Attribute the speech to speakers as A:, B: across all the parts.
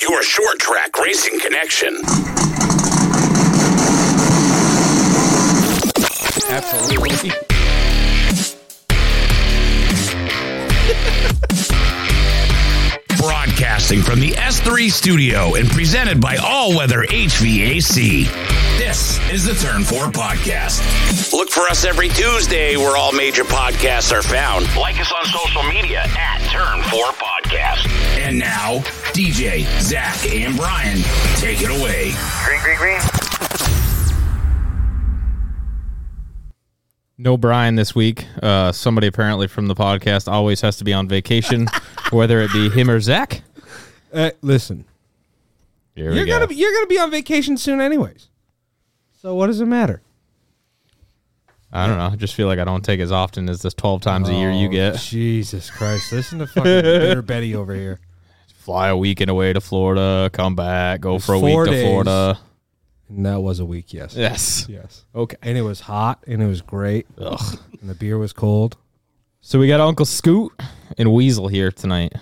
A: your short track racing connection.
B: Absolutely.
A: Broadcasting from the S3 studio and presented by All Weather HVAC. This is the Turn 4 Podcast. Look for us every Tuesday where all major podcasts are found. Like us on social media at Turn 4 Podcast. And now, DJ, Zach, and Brian, take it away.
C: Green, green, green.
B: No Brian this week. Uh, somebody apparently from the podcast always has to be on vacation, whether it be him or Zach.
D: Uh, listen,
B: Here
D: you're
B: we go.
D: gonna be, you're gonna be on vacation soon, anyways. So what does it matter?
B: I don't know. I just feel like I don't take as often as this 12 times a year
D: Oh,
B: you get.
D: Jesus Christ! Listen to fucking bitter Betty over here.
B: Fly a weekend away to Florida, come back, go for a week
D: four
B: to
D: days.
B: Florida.
D: And that was a week, yes,
B: Yes.
D: yes.
B: Okay.
D: And it was hot, and it was great,
B: Ugh.
D: and the beer was cold.
B: So we got Uncle Scoot and Weasel here tonight.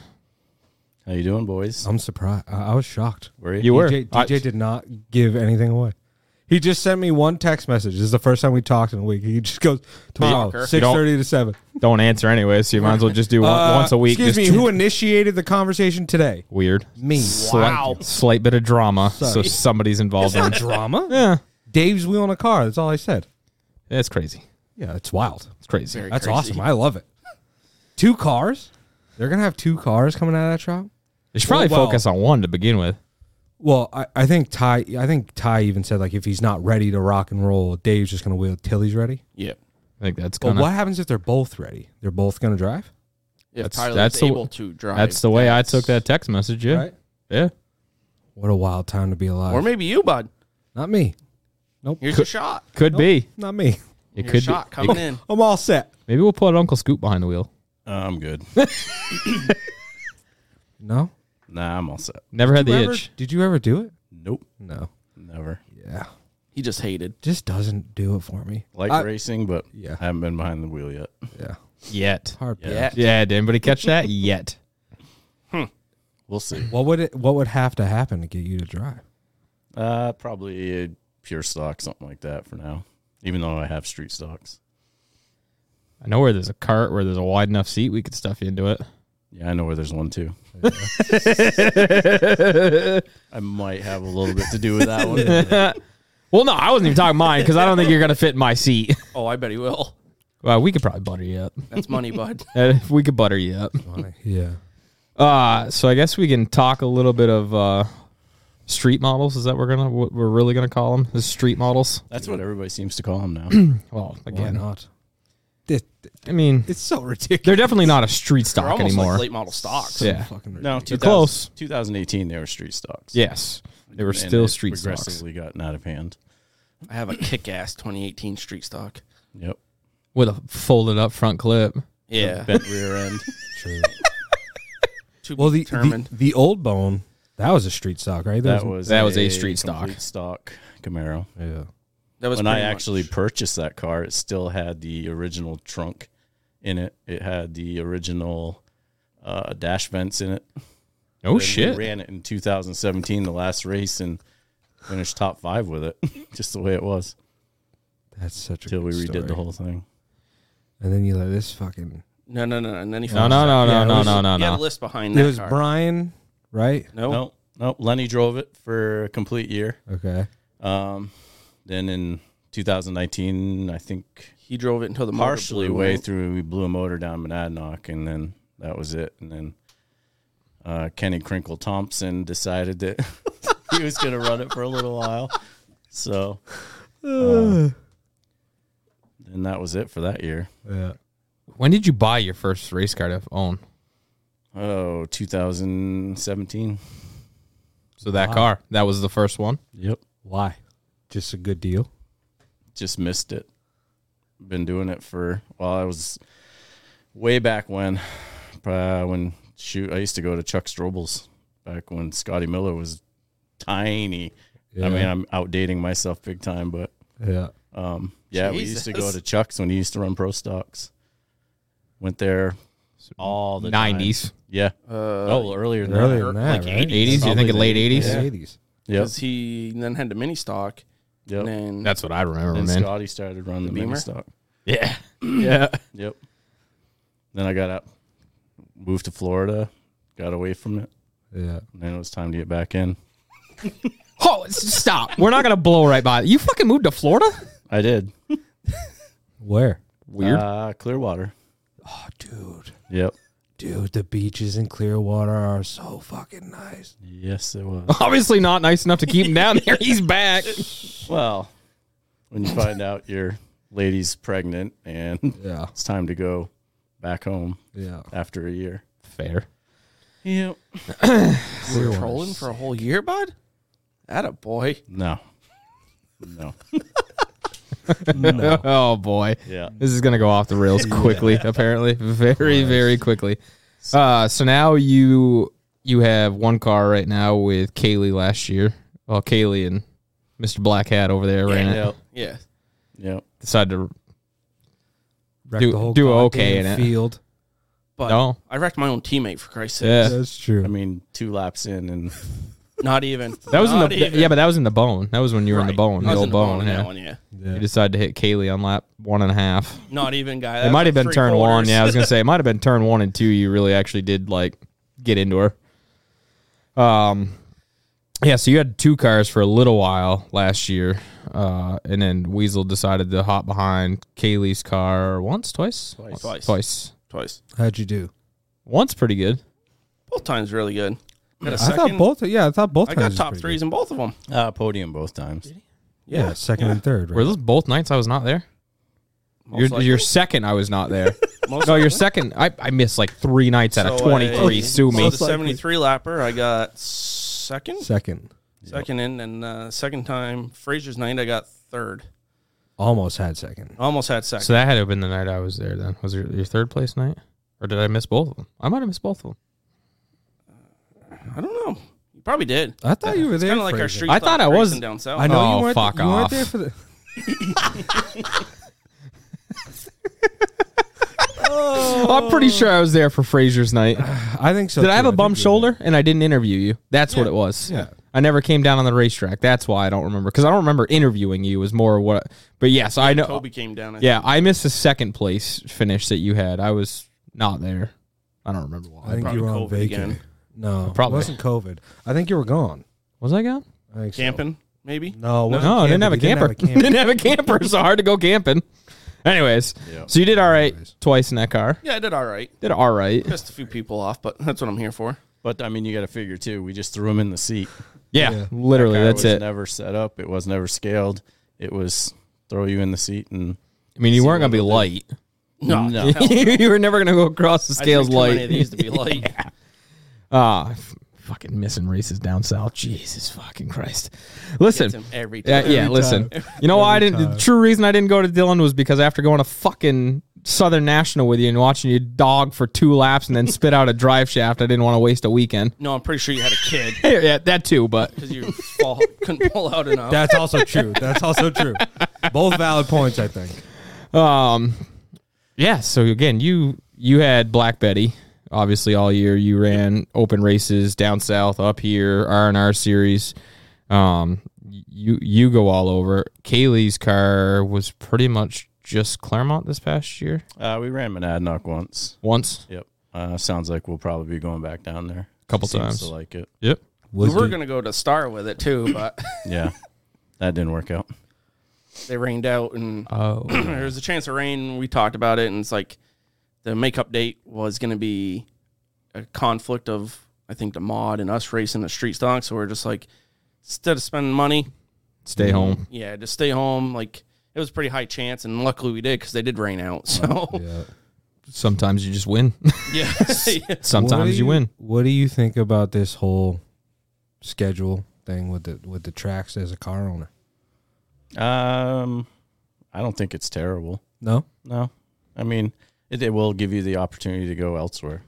E: How you doing, boys?
D: I'm surprised. I, I was shocked.
E: Were you?
B: You were.
D: DJ,
B: I-
D: DJ did not give anything away. He just sent me one text message. This is the first time we talked in a week. He just goes tomorrow,
B: Fucker.
D: six thirty to seven.
B: Don't answer anyway, so you might as well just do one,
D: Uh,
B: once a week.
D: Excuse
B: just
D: me. Who initiated the conversation today?
B: Weird.
D: Me.
B: Slight, slight bit of drama. So
D: Sorry.
B: somebody's involved in it.
D: drama?
B: Yeah.
D: Dave's wheeling a car. That's all I said.
B: That's crazy.
D: Yeah, it's wild.
B: It's crazy.
D: That's awesome. I love it. Two cars? They're gonna have two cars coming out of that shop.
B: They should probably
D: Well, well.
B: focus on one to begin with.
D: Well, I, I think Ty. I think Ty even said like if he's not ready to rock and roll, Dave's just gonna wheel till he's ready.
E: Yeah.
B: I think that's
D: But
B: gonna.
D: what happens if they're both ready? They're both gonna drive,
F: If
B: That's-
F: Tyler's
B: that's the-
F: able to drive.
B: That's the way I
F: that's-
B: took that text message. Yeah,
D: right?
B: yeah.
D: What a wild time to be alive.
F: Or maybe you, bud.
D: not me.
F: Here's your shot.
B: Could be.
D: Not me.
B: It
F: Your
B: could
F: shot
B: be.
F: coming in.
D: I'm all set.
B: Maybe we'll put Uncle Scoop behind the wheel.
E: Uh, I'm good.
D: No.
E: nah, I'm all set.
B: Never had the
D: You ever-
B: itch.
D: Did you ever do it?
E: Nope.
D: No.
E: Never.
D: Yeah.
F: He just hated.
D: Just doesn't do it for me.
E: Like
D: I-
E: racing, but
D: Yeah.
E: I haven't been behind the wheel yet.
D: Yeah.
B: Yet.
D: Hard. pass.
F: Yeah.
B: Yeah. Did anybody catch that? Yet.
E: We'll see.
D: What would it? What would have to happen to get you to drive?
E: Uh, probably a pure stock, something like that for now. Even though I have street stocks.
B: I know where there's a cart where there's a wide enough seat we could stuff you into it.
E: Yeah, I know where there's one too. I might have a little bit to do with that one.
B: Well, no, I wasn't even talking mine because I don't think you're gonna fit in my seat.
F: Oh, I bet he will.
B: Well, we could probably butter you up.
F: That's money, bud.
B: Uh, we could butter you up.
D: yeah.
B: Uh, so I guess we can talk a little bit of uh, street models. Is that we're gonna what we're really gonna call them? Is street models?
E: That's what everybody seems to call them now.
B: Well,
D: Why
B: again,
D: not? It,
B: I mean,
D: it's so ridiculous.
B: they're definitely not a street
F: They're
B: stock
F: almost
B: anymore.
F: like late model stocks.
B: yeah.
D: Fucking ridiculous.
E: No, 2000,
B: close.
E: 2018 they were street stocks.
B: Yes. They were
E: And
B: still
E: they've
B: street stocks
E: Progressively gotten out of hand.
F: I have a kick ass 2018 street stock.
E: Yep.
B: with a folded up front clip.
F: Yeah.
E: Bent rear end.
D: True.
F: To be
D: Well, the, the
F: determined.
D: the old bone that was a street stock, right? There
E: That was
B: That was a street stock.
E: complete stock Camaro.
D: yeah.
F: that was
E: when I
F: pretty much-
E: actually purchased that car, it still had the original trunk in it. It had the original uh, dash vents in it.
B: Oh
E: Then
B: shit.
E: We ran it in 2017, the last race, and finished top five with it, just the way it was
D: That's such a
E: until we
D: good
E: redid
D: story.
E: the whole thing.
D: And then you let this fucking.
F: No, no, no. And then he
B: No, no, no, no,
D: Yeah, it
B: no,
D: was-
B: no, no,
F: He had a
B: no.
F: list behind that.
D: It was
F: car.
D: Brian, right?
F: No.
E: No, no. Lenny drove it for a complete year.
D: Okay.
E: Um, then in 2019, I think
F: He drove it until the motor
E: partially
F: blew,
E: way
F: right?
E: through we blew a motor down Monadnock and then that was it and then uh, Kenny Crinkle Thompson decided that he was going to run it for a little while so uh, and that was it for that year
D: Yeah.
B: When did you buy your first race car to own?
E: oh 2017
B: So that car, that was the first one.
E: yep
D: Why? Just a good deal.
E: just missed it been doing it for well I was way back when uh, when shoot I used to go to Chuck Strobel's back when Scotty Miller was tiny I mean, I'm outdating myself big time, but
D: Yeah.
E: um, yeah, we used to go
F: Jesus.
E: to Chuck's when he used to run pro stocks. Went there, all the time.
B: nineties,
E: Yeah.
F: Uh,
E: oh, earlier than
D: Earlier
E: that.
D: than that,
B: like
D: right?
B: eighties. You're thinking late eighties.
D: Yeah, 80s.
E: Yep.
F: because he then had the mini stock.
E: Yep.
F: And then
B: That's what I remember,
E: And
B: man.
E: Scotty started running the,
F: Beamer?
E: mini stock.
B: Yeah, yeah.
E: Yep. Then I got out, moved to Florida, got away from it,
D: Yeah.
E: and then it was time to get back in.
B: Oh, s- stop. We're not gonna blow right by. it. You fucking moved to Florida?
E: I did.
D: Where?
B: Weird.
E: Uh, Clearwater.
D: Oh, dude.
E: Yep.
D: Dude, the beaches in Clearwater are so fucking nice.
E: Yes, it was.
B: Obviously not nice enough to keep him down there. He's back.
E: well, when you find out your lady's pregnant and
D: Yeah.
E: it's time to go back home
D: Yeah.
E: after a year.
B: Fair.
E: Yep.
F: you were trolling for a whole year, bud? That a boy.
E: No. No.
B: Oh boy.
E: Yeah.
B: This is gonna go off the rails quickly, apparently. Very, very quickly. Uh so now you you have one car right now with Kaylee last year. Well, Kaylee and Mr. Black Hat over there ran it.
E: Yep.
F: Yeah.
E: Yep.
B: Decided to
D: Wrecked
B: Do-
D: the whole
B: do
D: goddamn
B: okay in it.
D: field.
F: But
B: No.
F: I wrecked my own teammate for Christ's sake.
B: Yeah.
D: That's true.
E: I mean, two laps in and
F: Not even.
B: That was in
F: Not
B: the
F: even.
B: yeah, but that was in the bone. That was when you were in the
F: Right.
B: bone, the
F: I was
B: old
F: in
B: bone.
F: in
B: yeah.
F: that one, yeah.
D: yeah.
B: You decided to hit Kaylee on lap one and a half.
F: Not even, guy.
B: it
F: That
B: might have
F: was
B: been
F: three
B: turn one.
F: quarters.
B: Yeah, I was gonna say it might have been turn one and two. You really actually did like get into her. Um, yeah. So you had two cars for a little while last year, uh, and then Weasel decided to hop behind Kaylee's car once, twice, twice,
E: Twice.
F: Twice.
B: twice.
F: Twice.
D: How'd you do?
B: Once pretty good.
F: Both times really good. Got a
D: I
F: second.
D: thought both. Yeah, I thought both.
F: I got
D: times was
F: top
D: pretty
F: threes in both of them.
E: uh, podium both times.
D: good. Yeah, second and third.
B: Were
D: Right?
B: those both nights I was not there?
F: Most
B: Your,
F: likely.
B: your second, I was not there.
F: Most
B: no, your second, I, I missed like three nights out of
F: So, uh,
B: twenty three. Sue me.
F: So the 73 lapper, I got second.
D: Second.
F: Second in, and uh, second time, Fraser's night, I got third.
D: Almost had second.
F: Almost had second.
B: So that had to have been the night I was there. Then was your, your third place night, or did I miss both of them? I might have missed both of them.
F: I don't know. You probably did.
D: I thought you were there.
F: Kind of like our
D: Fraser.
F: street.
B: I thought
F: stock
B: I was-
F: racing down south.
D: I know
B: Oh,
D: you weren't.
B: fuck
D: you weren't
B: off.
D: there for the.
B: I'm pretty sure I was there for Fraser's night.
D: I think so.
B: Did
D: too.
B: I have a
D: think
B: bum
D: you were there.
B: shoulder and I didn't interview you? That's what it was.
D: Yeah.
B: I never came down on the racetrack. That's why I don't remember because I don't remember interviewing you. Was more what. But yes, I know.
F: Oh, Toby came down. I
B: Yeah, I missed the second place finish that you had. I was not there. I don't remember why.
D: I think you were on
F: COVID
D: vacation.
F: again.
D: No,
B: Probably.
D: probably wasn't COVID. I think you were gone.
B: Was I gone?
D: I think so.
F: Camping, maybe.
D: No, it wasn't
B: No, I didn't
D: camping.
B: have a
D: You
B: camper. Didn't have a camper, so hard to go camping. Anyways,
E: Yeah.
B: so you did all right
D: Anyways.
B: twice in that car.
F: Yeah, I did all right.
B: Did all right.
F: Pissed a few people off, but that's what I'm here for.
E: But I mean, you got to figure too. We just threw him in the seat.
B: Yeah, literally,
E: Car
B: that's
E: was
B: it.
E: Never set up. It was never scaled. It was throw you in the seat and
B: I mean, you weren't gonna be light.
F: No,
E: No.
F: hell,
B: you were never gonna go across the
F: I drink
B: scales
F: too many of
B: light.
F: these to be light.
B: Ah, f- fucking missing races down south. Jesus fucking Christ! Listen,
F: Gets 'em every
B: yeah,
F: time.
B: yeah, listen. You know why I didn't? The true reason I didn't go to Dillon was because after going to fucking Southern National with you and watching you dog for two laps and then spit out a drive shaft, I didn't want to waste a weekend.
F: No, I'm pretty sure you had a kid
B: Yeah, yeah, that too. But
F: because you fall, couldn't pull out enough.
D: That's also true. That's also true. Both valid points, I think.
B: Um, yeah. So again, you you had Black Betty obviously all year. You ran open races down south, up here, R and R series. Um, you you go all over. Kaylee's car was pretty much just Claremont this past year.
E: uh, we ran Monadnock once.
B: Once,
E: Yep. Uh, sounds like we'll probably be going back down there.
B: Couple
E: She seems
B: times.
E: to like it.
B: yep.
F: we
D: Was
F: were
D: the-
F: gonna go to Star with it too, but
E: Yeah. that didn't work out.
F: they rained out, and
B: Oh,
F: there was a chance of rain. We talked about it, and it's like the makeup date was gonna be a conflict of I think the mod and us racing the street stock. So we're just like instead of spending money,
B: stay home.
F: yeah, just stay home. Like it was a pretty high chance, and luckily we did because they did rain out. So
D: Yeah.
B: Sometimes you just win.
F: yeah, yeah.
D: What do
B: Sometimes you win.
D: What do you think about this whole schedule thing with the with the tracks as a car owner?
E: Um, I don't think it's terrible.
D: No,
E: No. I mean, it, it will give you the opportunity to go elsewhere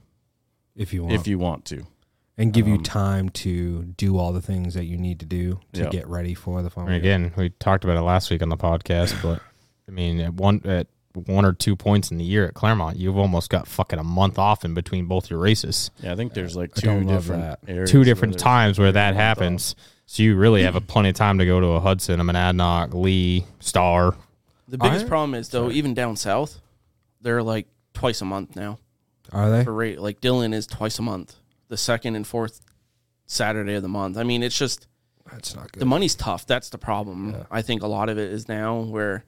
D: if you want,
E: if you want to.
D: and give you time to do all the things that you need to do to
E: Yeah.
D: get ready for the
B: And
D: final.
B: again, we talked about it last week on the podcast, but I mean, at one at one or two points in the year at Claremont, you've almost got fucking a month off in between both your races.
E: Yeah, I think there's like
D: don't
E: two
D: love
E: different
D: that.
E: areas
B: two
E: where
B: different
E: there's-
B: times where that
E: month
B: happens. So you really have a plenty of time to go to a Hudson, a Monadnock, Lee, Star.
F: The biggest
D: Alright.
F: problem is though, even down south, they're like twice a month now.
D: Are they?
F: For rate, like Dylan is twice a month, the second and fourth Saturday of the month. I mean, it's just
D: That's not
F: the
D: good.
F: money's tough. That's the problem. I think a lot of it is now where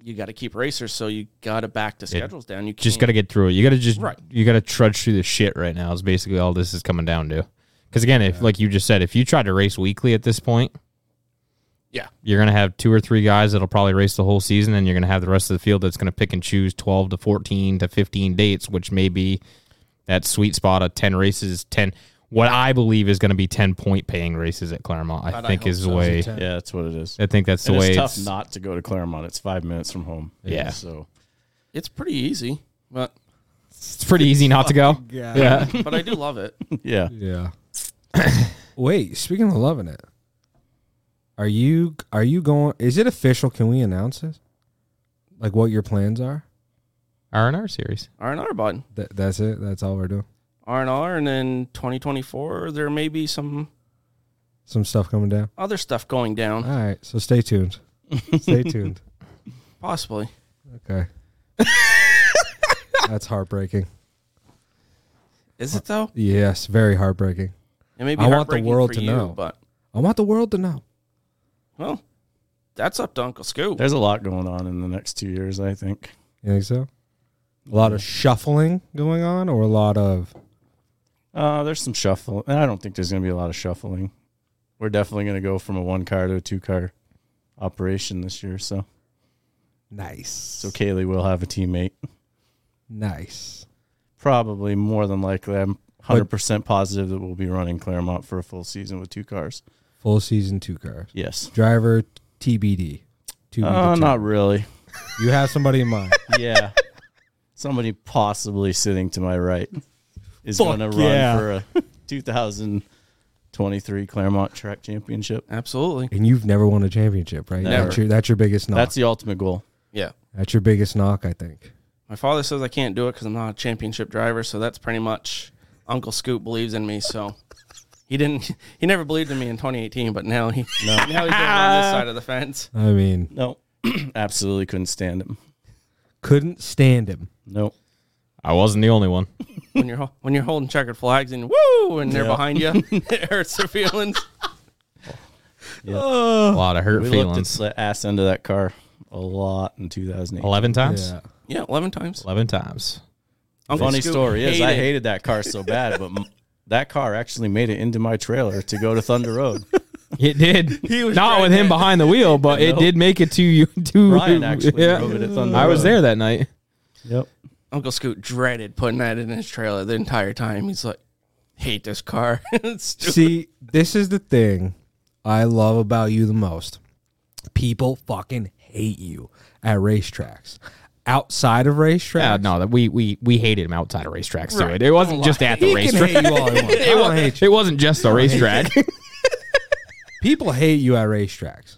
F: you got to keep racers, so you got to back the schedules down. You
B: Just got
F: can't-
B: to get through it. You got to just
F: Right.
B: you got to trudge through the shit right now. Is basically all this is coming down to. Because again, if like you just said, if you tried to race weekly at this point,
F: Yeah.
B: you're gonna have two or three guys that'll probably race the whole season, and you're gonna have the rest of the field that's gonna pick and choose twelve to fourteen to fifteen dates, which may be that sweet spot of ten races, ten. What I believe is going to be ten point paying races at Claremont, I
F: God, I
B: think
F: hope
B: is the
F: so. Is it
B: way.
D: 10?
E: Yeah, that's what it is.
B: I think that's the
E: and
B: way
E: it's tough
B: it's-
E: not to go to Claremont. It's five minutes from home.
B: Yeah.
E: So
F: It's pretty easy, but
B: it's pretty easy not to go.
D: Yeah.
B: Yeah.
F: but I do love it.
E: yeah,
D: Yeah. Wait, speaking of loving it, are you are you going? Is it official? Can we announce this? Like what your plans are?
B: R and R series.
F: R and R button,
D: Th- that's it. That's all we're doing.
F: R and R, and then 2024, there may be some
D: Some stuff coming down.
F: other stuff going
D: All
F: down,
D: right, so stay tuned. Stay tuned.
F: possibly.
D: Okay. that's heartbreaking.
F: Is it though?
D: Yes, very heartbreaking.
F: It may be
D: I want the
F: heartbreaking
D: world
F: for
D: to
F: you,
D: know.
F: But
D: I want the world to know.
F: well, that's up to Uncle Scoop.
E: there's a lot going on in the next two years. I think.
D: You think so? A lot of shuffling going on, or a lot of
E: Uh, there's some shuffling. I don't think there's going to be a lot of shuffling. We're definitely going to go from a one car to a two car operation this year. So,
D: nice.
E: so Kaylee will have a teammate.
D: nice.
E: Probably more than likely. I'm 100% positive that we'll be running Claremont for a full season with two cars.
D: Full season two cars.
E: Yes.
D: Driver TBD. To be
E: Uh,
D: determined.
E: not really.
D: You have somebody in mind.
E: Yeah. Somebody possibly sitting to my right is going to run for a 2023 Claremont Track Championship.
F: Absolutely.
D: and you've never won a championship, right?
E: Never.
D: That's your that's your biggest knock.
E: That's
D: That's,
E: the ultimate goal.
F: Yeah.
D: your biggest knock, I think.
F: My father says I can't do it because I'm not a championship driver. So that's pretty much Uncle Scoop believes in me. So he didn't. He never believed in me in 2018, but now he now he's over on this side of the fence.
D: I mean,
E: No, absolutely couldn't stand him.
D: couldn't stand him.
E: No.
B: I wasn't the only one.
F: When you're hol- when you're holding checkered flags and woo, and they're
E: Yeah.
F: behind you, it hurts their feelings.
B: A lot of hurt
E: We
B: feelings.
E: looked at the ass end of that car a lot in 2008.
B: Eleven times.
D: Yeah.
F: Yeah, 11 times.
B: Eleven times.
F: Uncle
E: Funny
F: Scoop
E: story is I
F: hated-
E: hated that car so bad, but m- that car actually made it into my trailer to go to Thunder Road.
B: It did.
F: was
B: Not with him
F: pregnant.
B: behind the wheel, but it
E: Nope.
B: did make it to you. To
E: Ryan actually drove it at Thunder
B: I was
E: Road.
B: there that night.
E: Yep.
F: Uncle Scoot dreaded putting that in his trailer the entire time. He's like, hate this car. It's stupid.
D: See, this is the thing I love about you the most. People fucking hate you at racetracks. Outside of racetracks,
B: Yeah, no, that we we we hated him outside of racetracks too.
F: Right.
B: It wasn't just at the
D: he can
B: racetrack.
D: hate you all he wants. I
B: It,
D: don't
B: was,
D: hate you.
B: it wasn't just the racetrack.
D: people hate you at racetracks.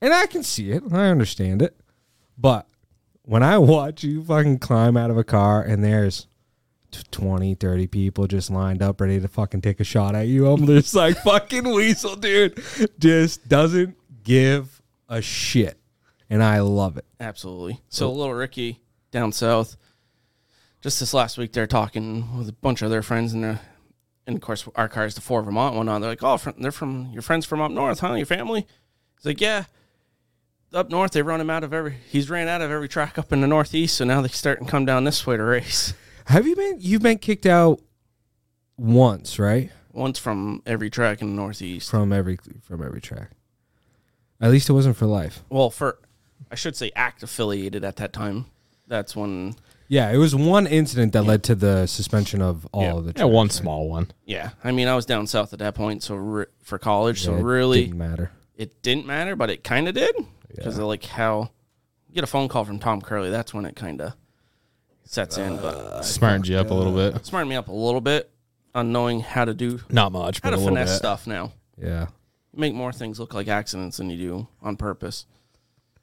D: And I can see it. I understand it. But when I watch you fucking climb out of a car and there's t- 20, 30 people just lined up ready to fucking take a shot at you, I'm just like, fucking Weasel, dude. Just doesn't give a shit. And I love it.
F: Absolutely. So little Ricky down south, just this last week, they're talking with a bunch of their friends, and they're- and of course our car is the four Vermont one on. They're like, oh, from, they're from your friends from up north, huh? Your family? He's like, yeah. Up north, they run him out of every. He's ran out of every track up in the northeast, so now they start and come down this way to race.
D: Have you been, you've been kicked out once, right?
F: Once from every track in the northeast.
D: From every, from every track. At least it wasn't for life.
F: Well, for I should say act affiliated at that time. That's when.
D: Yeah, it was one incident that led to the suspension of all of the
B: yeah, one small one.
F: Yeah, I mean, I was down south at that point, so re- for college, so
D: It
F: really
D: didn't matter.
F: it didn't matter, but it kind of did because of like how you get a phone call from Tom Curley. That's when it kind of sets in,
B: Uh.
F: but
B: Smartened you up a little bit.
F: smarted me up a little bit on knowing how to do
B: Not much,
F: how
B: but
F: to
B: a little
F: finesse
B: bit.
F: stuff now.
D: Yeah.
F: You make more things look like accidents than you do on purpose.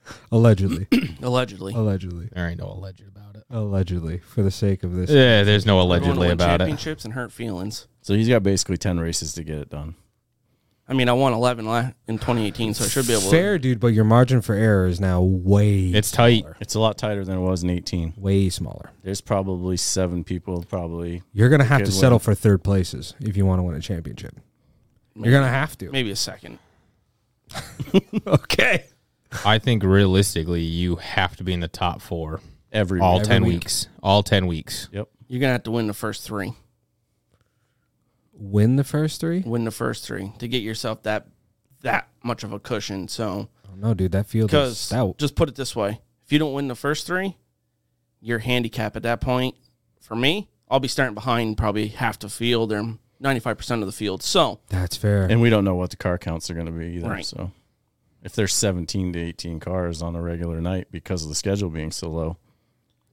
D: Allegedly.
F: Allegedly.
D: Allegedly.
B: There ain't no alleged about it.
D: Allegedly. For the sake of this.
B: Yeah, there's no
F: We're going to
B: allegedly
F: win
B: about it.
F: championships and hurt feelings.
E: So he's got basically ten races to get it done.
F: I mean, I won 11 la- in 2018, so I should be able
D: Fair, dude, but your margin for error is now way
B: It's tight.
E: It's a lot tighter than it was in eighteen.
D: way smaller.
E: There's probably seven people probably
D: You're gonna have
E: Good
D: to
E: one.
D: settle for third places if you want to win a championship. You're gonna have to.
F: to maybe a second.
D: Okay.
B: I think realistically, you have to be in the top four
E: every
B: all
E: week.
B: ten
D: week.
B: weeks. All ten weeks.
E: Yep.
F: You're going to have to win the first three.
D: Win the first three?
F: Win the first three to get yourself that that much of a cushion. So,
D: Oh, no, dude, that field is
F: because
D: stout.
F: just put it this way if you don't win the first three, your handicap at that point, for me, I'll be starting behind probably half the field or 95% of the field. So,
D: That's fair.
E: And we don't know what the car counts are going to be either.
F: Right.
E: So if there's 17 to 18 cars on a regular night because of the schedule being so low,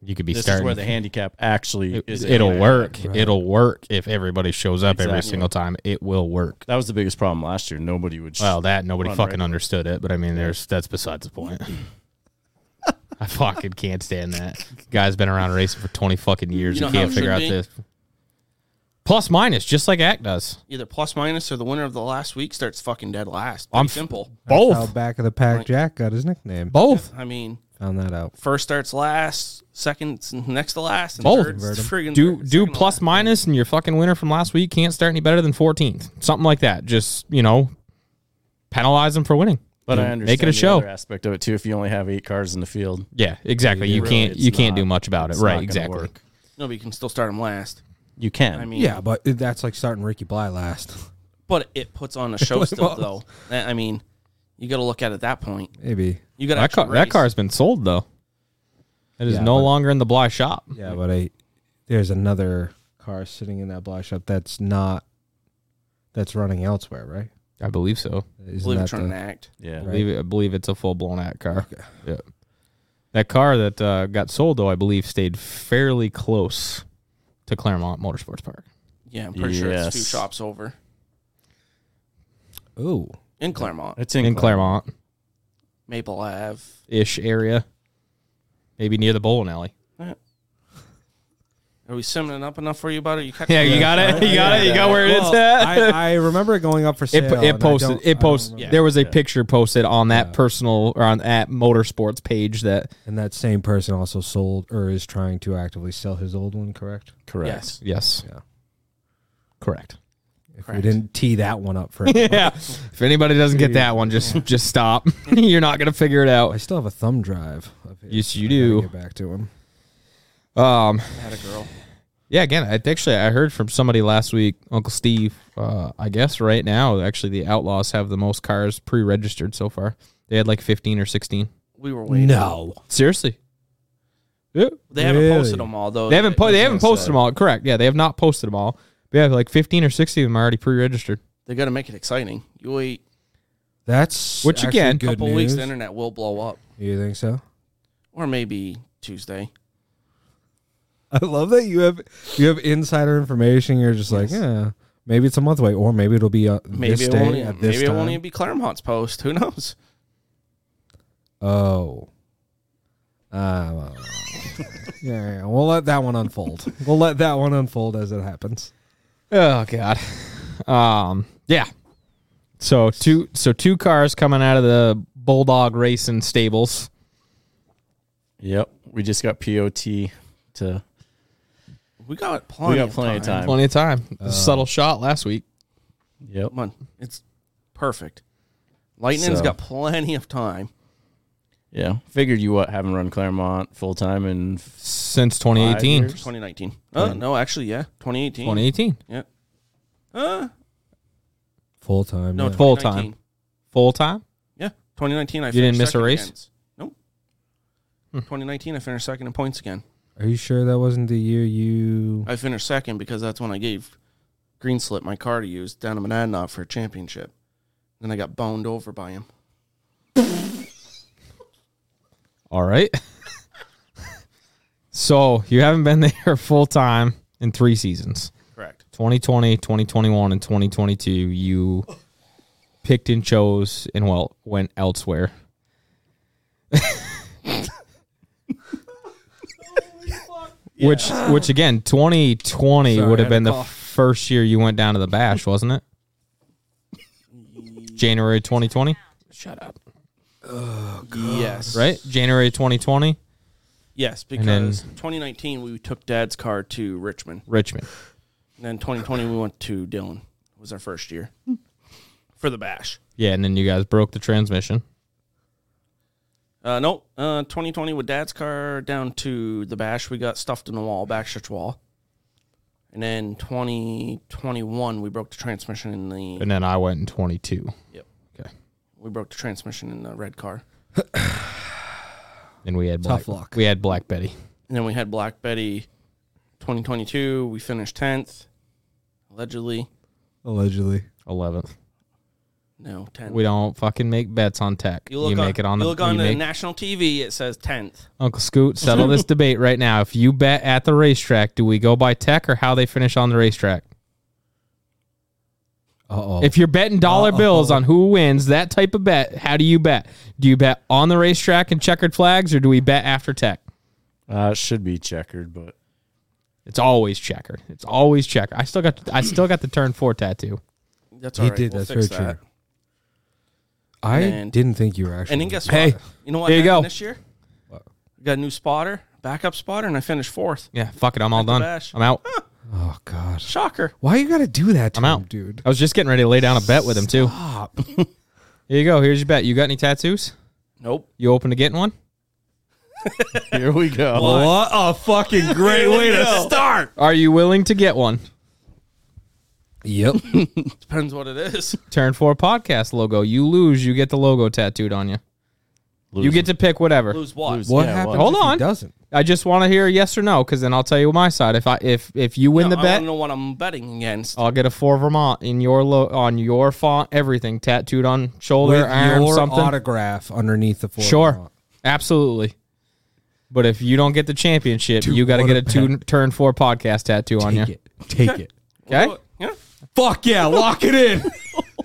B: You could be
E: this
B: starting.
E: is where the handicap actually
B: it,
E: is.
B: it'll
E: aimed at.
B: work. It'll work if everybody shows up every
E: Exactly.
B: single time. It will work.
E: That was the biggest problem last year. Nobody would. Sh-
B: Well, that nobody
E: Run
B: fucking
E: right.
B: understood it, but I mean, there's that's besides the point. I fucking can't stand that. Guy's been around racing for twenty fucking years.
F: You
B: You,
F: know how
B: can't
F: it
B: figure
F: should
B: out
F: be?
B: this plus minus, just like ACT does.
F: either plus minus or the winner of the last week starts fucking dead last.
B: I'm
F: I'm
B: f-
F: simple.
D: How
B: Both,
D: back of the pack Jack got his nickname.
B: both.
F: I mean,
D: Found that out.
F: first starts last, second next to last, and
B: Both.
F: third friggin'
B: Do
F: third-
B: do
F: second to
B: plus
F: last.
B: minus, and your fucking winner from last week can't start any better than fourteenth, something like that. Just you know, penalize them for winning.
E: but I
B: Yeah.
E: understand
B: Make it a
E: the
B: show.
E: other aspect of it too. If you only have eight cars in the field,
B: Yeah, exactly. You
E: Really,
B: can't
E: it's
B: you can't
E: not-
B: do much about it.
E: it's not
B: Right,
E: gonna
B: exactly.
E: work.
F: No, but you can still start them last.
E: You can.
F: I mean,
D: Yeah, but that's like starting Ricky Bly last.
F: but it puts on a show still, though. That- I mean, you got to look at it at that point.
D: Maybe.
F: You got
B: That car that car's been sold though. It is
D: Yeah,
B: no
D: but-
B: longer in the Bly shop.
D: Yeah, but I there's another car sitting in that black shop that's not that's running elsewhere, right?
B: I believe so.
D: Isn't
F: believe
D: that
F: it trying
D: the-
F: to act.
E: yeah.
B: I believe, I believe it's a full blown act car. Yeah. That car that uh, got sold, though, I believe stayed fairly close to Claremont Motorsports Park.
F: Yeah, I'm pretty sure it's two
E: Yes.
F: shops over
D: Ooh.
F: in Claremont,
E: It's in,
B: in
E: Claremont.
B: Claremont
F: Maple Ave.
B: ish area. Maybe near the bowling alley.
F: Are we simming up enough for you about it? You cut
B: Yeah, you got it. You got it. You got where it's
D: Well,
B: at.
D: I, I remember it going up for
B: It,
D: sale. and I
B: it posted.
D: don't- I
B: It
D: don't
B: posted.
D: remember.
B: There was a picture posted on that personal or on that motorsports page that
D: And that same person also sold or is trying to actively sell his old one, correct?
E: Correct.
F: Yes.
B: yes,
D: Yeah.
B: correct.
D: If
F: Correct.
D: we didn't tee that one up for anyone.
B: Yeah. If anybody doesn't get that one, just just stop. You're not gonna figure it
D: I
B: out.
D: still have a thumb drive. Of his.
B: Yes, you
D: I gotta
B: do.
D: Get back to him.
B: Um,
F: Had a girl.
B: Yeah, again, I actually I heard from somebody last week, Uncle Steve. Uh, I guess right now, actually, the Outlaws have the most cars pre-registered so far. They had like fifteen or sixteen.
F: We were waiting.
D: No.
B: Seriously, yeah.
F: They haven't
D: Really?
F: posted them all though.
B: They haven't po- they
E: what
B: haven't
E: I was
B: posted them all. Correct? Yeah, they have not posted them all. But yeah, like fifteen or sixteen of them are already pre-registered.
F: They got to make it exciting. You wait
D: That's
B: Which
D: actually
B: again-
F: a
D: good
F: couple weeks,
D: news.
F: the internet will blow up,
D: You think so?
F: or maybe Tuesday.
D: I love that you have you have insider information. You're just like, yeah, maybe it's a month away, or maybe it'll be uh,
F: Maybe
D: this
F: it
D: day
F: won't. e,
D: at this
F: Maybe it
D: time.
F: won't even be Claremont's post. Who knows?
D: oh, uh, well, yeah, yeah. We'll let that one unfold. we'll let that one unfold as it happens.
B: Oh God. Um. Yeah. So two so two cars coming out of the Bulldog Racing stables.
E: Yep. We just got POT to.
F: We got plenty.
E: We got
F: of
E: plenty of time.
B: Plenty of time. Subtle shot last week.
E: Yep.
F: Come on, it's perfect. Lightning's
E: So-
F: got plenty of time.
E: Yeah. Figured you what? Haven't run Claremont full time and
B: Since 2018.
E: years?
F: 2019. Uh, no, actually, yeah, 2018.
B: 2018.
F: Yeah. Uh,
D: Full time.
F: no,
D: yeah.
B: full
F: 2019.
B: Full time?
F: Yeah, 2019. I
B: You didn't
F: finished
B: miss a
F: second
B: race?
F: again. Nope. 2019, I finished second in points again.
D: Are you sure that wasn't the year you?
F: I finished second because that's when I gave Green Slip my car to use down in Monadnock for a championship. Then I got boned over by him.
B: All right. so you haven't been there full time in three seasons
F: Correct.
B: 2020, 2021, and 2022. You picked and chose and, well, went elsewhere. Which, which again, 2020
D: Sorry,
B: would have
D: I had a
B: been the
D: cough.
B: first year you went down to the bash, wasn't it? January 2020,
F: Shut up. yes.
B: right? January 2020,
F: Yes,
B: And then-
F: because 2019 we took Dad's car to Richmond,
B: Richmond.
F: and then 2020 we went to Dillon. It was our first year for the bash.
B: Yeah, and then you guys broke the transmission.
F: Uh, nope. Uh, 2020 with Dad's car down to the bash. We got stuffed in the wall, back stretch wall. And then 2021, we broke the transmission in the
B: And then I went in 22.
F: we broke the transmission in the red car.
B: And we had
D: Tough
B: Black,
D: luck.
B: We had Black Betty.
F: And then we had Black Betty. 2022, we finished 10th, allegedly.
D: Allegedly.
B: 11th.
F: No, 10th.
B: We don't fucking make bets on tech.
F: you
B: You,
F: look on,
B: make it on
F: you
B: the,
F: look on
B: you
F: the
B: make-
F: national TV. It says 10th.
B: Uncle Scoot, settle this debate right now. If you bet at the racetrack, do we go by tech or how they finish on the racetrack?
D: Uh oh.
B: If you're betting dollar bills on who wins that type of bet, how do you bet? Do you bet on the racetrack and checkered flags, or do we bet after tech?
E: Uh, it should be checkered, but
B: It's always checkered. It's always checkered. I still got I still got the turn four tattoo.
F: That's
D: He
F: all right.
D: did,
F: We'll
D: that's
F: fix
D: very
F: that.
D: true. I
F: Man.
D: didn't think you were actually.
F: And then guess what?
B: Hey,
F: you know what
B: there you
F: happened
B: go.
F: this year? We got a new spotter, backup spotter, and I finished fourth.
B: Yeah, fuck it, I'm all done.
F: bash.
B: I'm out.
D: oh gosh.
F: Shocker.
D: Why you gotta do that to
B: I'm
D: him,
B: out,
D: dude?
B: I was just getting ready to lay down a bet with him too.
F: Ah,
D: Stop.
B: Here you go. Here's your bet. You got any tattoos?
F: Nope.
B: You open to getting one?
E: here we go.
D: what a fucking great way to start.
B: Are you willing to get one?
D: Yep.
F: Depends what it is.
B: Turn four podcast logo. You lose, you get the logo tattooed on you. You get to pick whatever.
F: Lose what?
E: Lose.
D: What
E: Yeah,
D: happens?
E: well-
B: Hold
D: if he
B: on.
D: doesn't.
B: I just want to hear a yes or no, because then I'll tell you my side. If I if if you win
F: No,
B: the
F: I
B: bet,
F: don't know what I'm betting against.
D: Oh,
B: I'll get a four Vermont in your lo- on your font, everything tattooed on shoulder,
D: With
B: arm,
D: your
B: something.
D: autograph underneath the floor.
B: sure, absolutely. But if you don't get the championship, you got to
D: what
B: get
D: a
B: a two, turn four podcast tattoo on you.
D: Take it. Take it.
B: Okay,
F: yeah.
D: Fuck yeah, lock it in.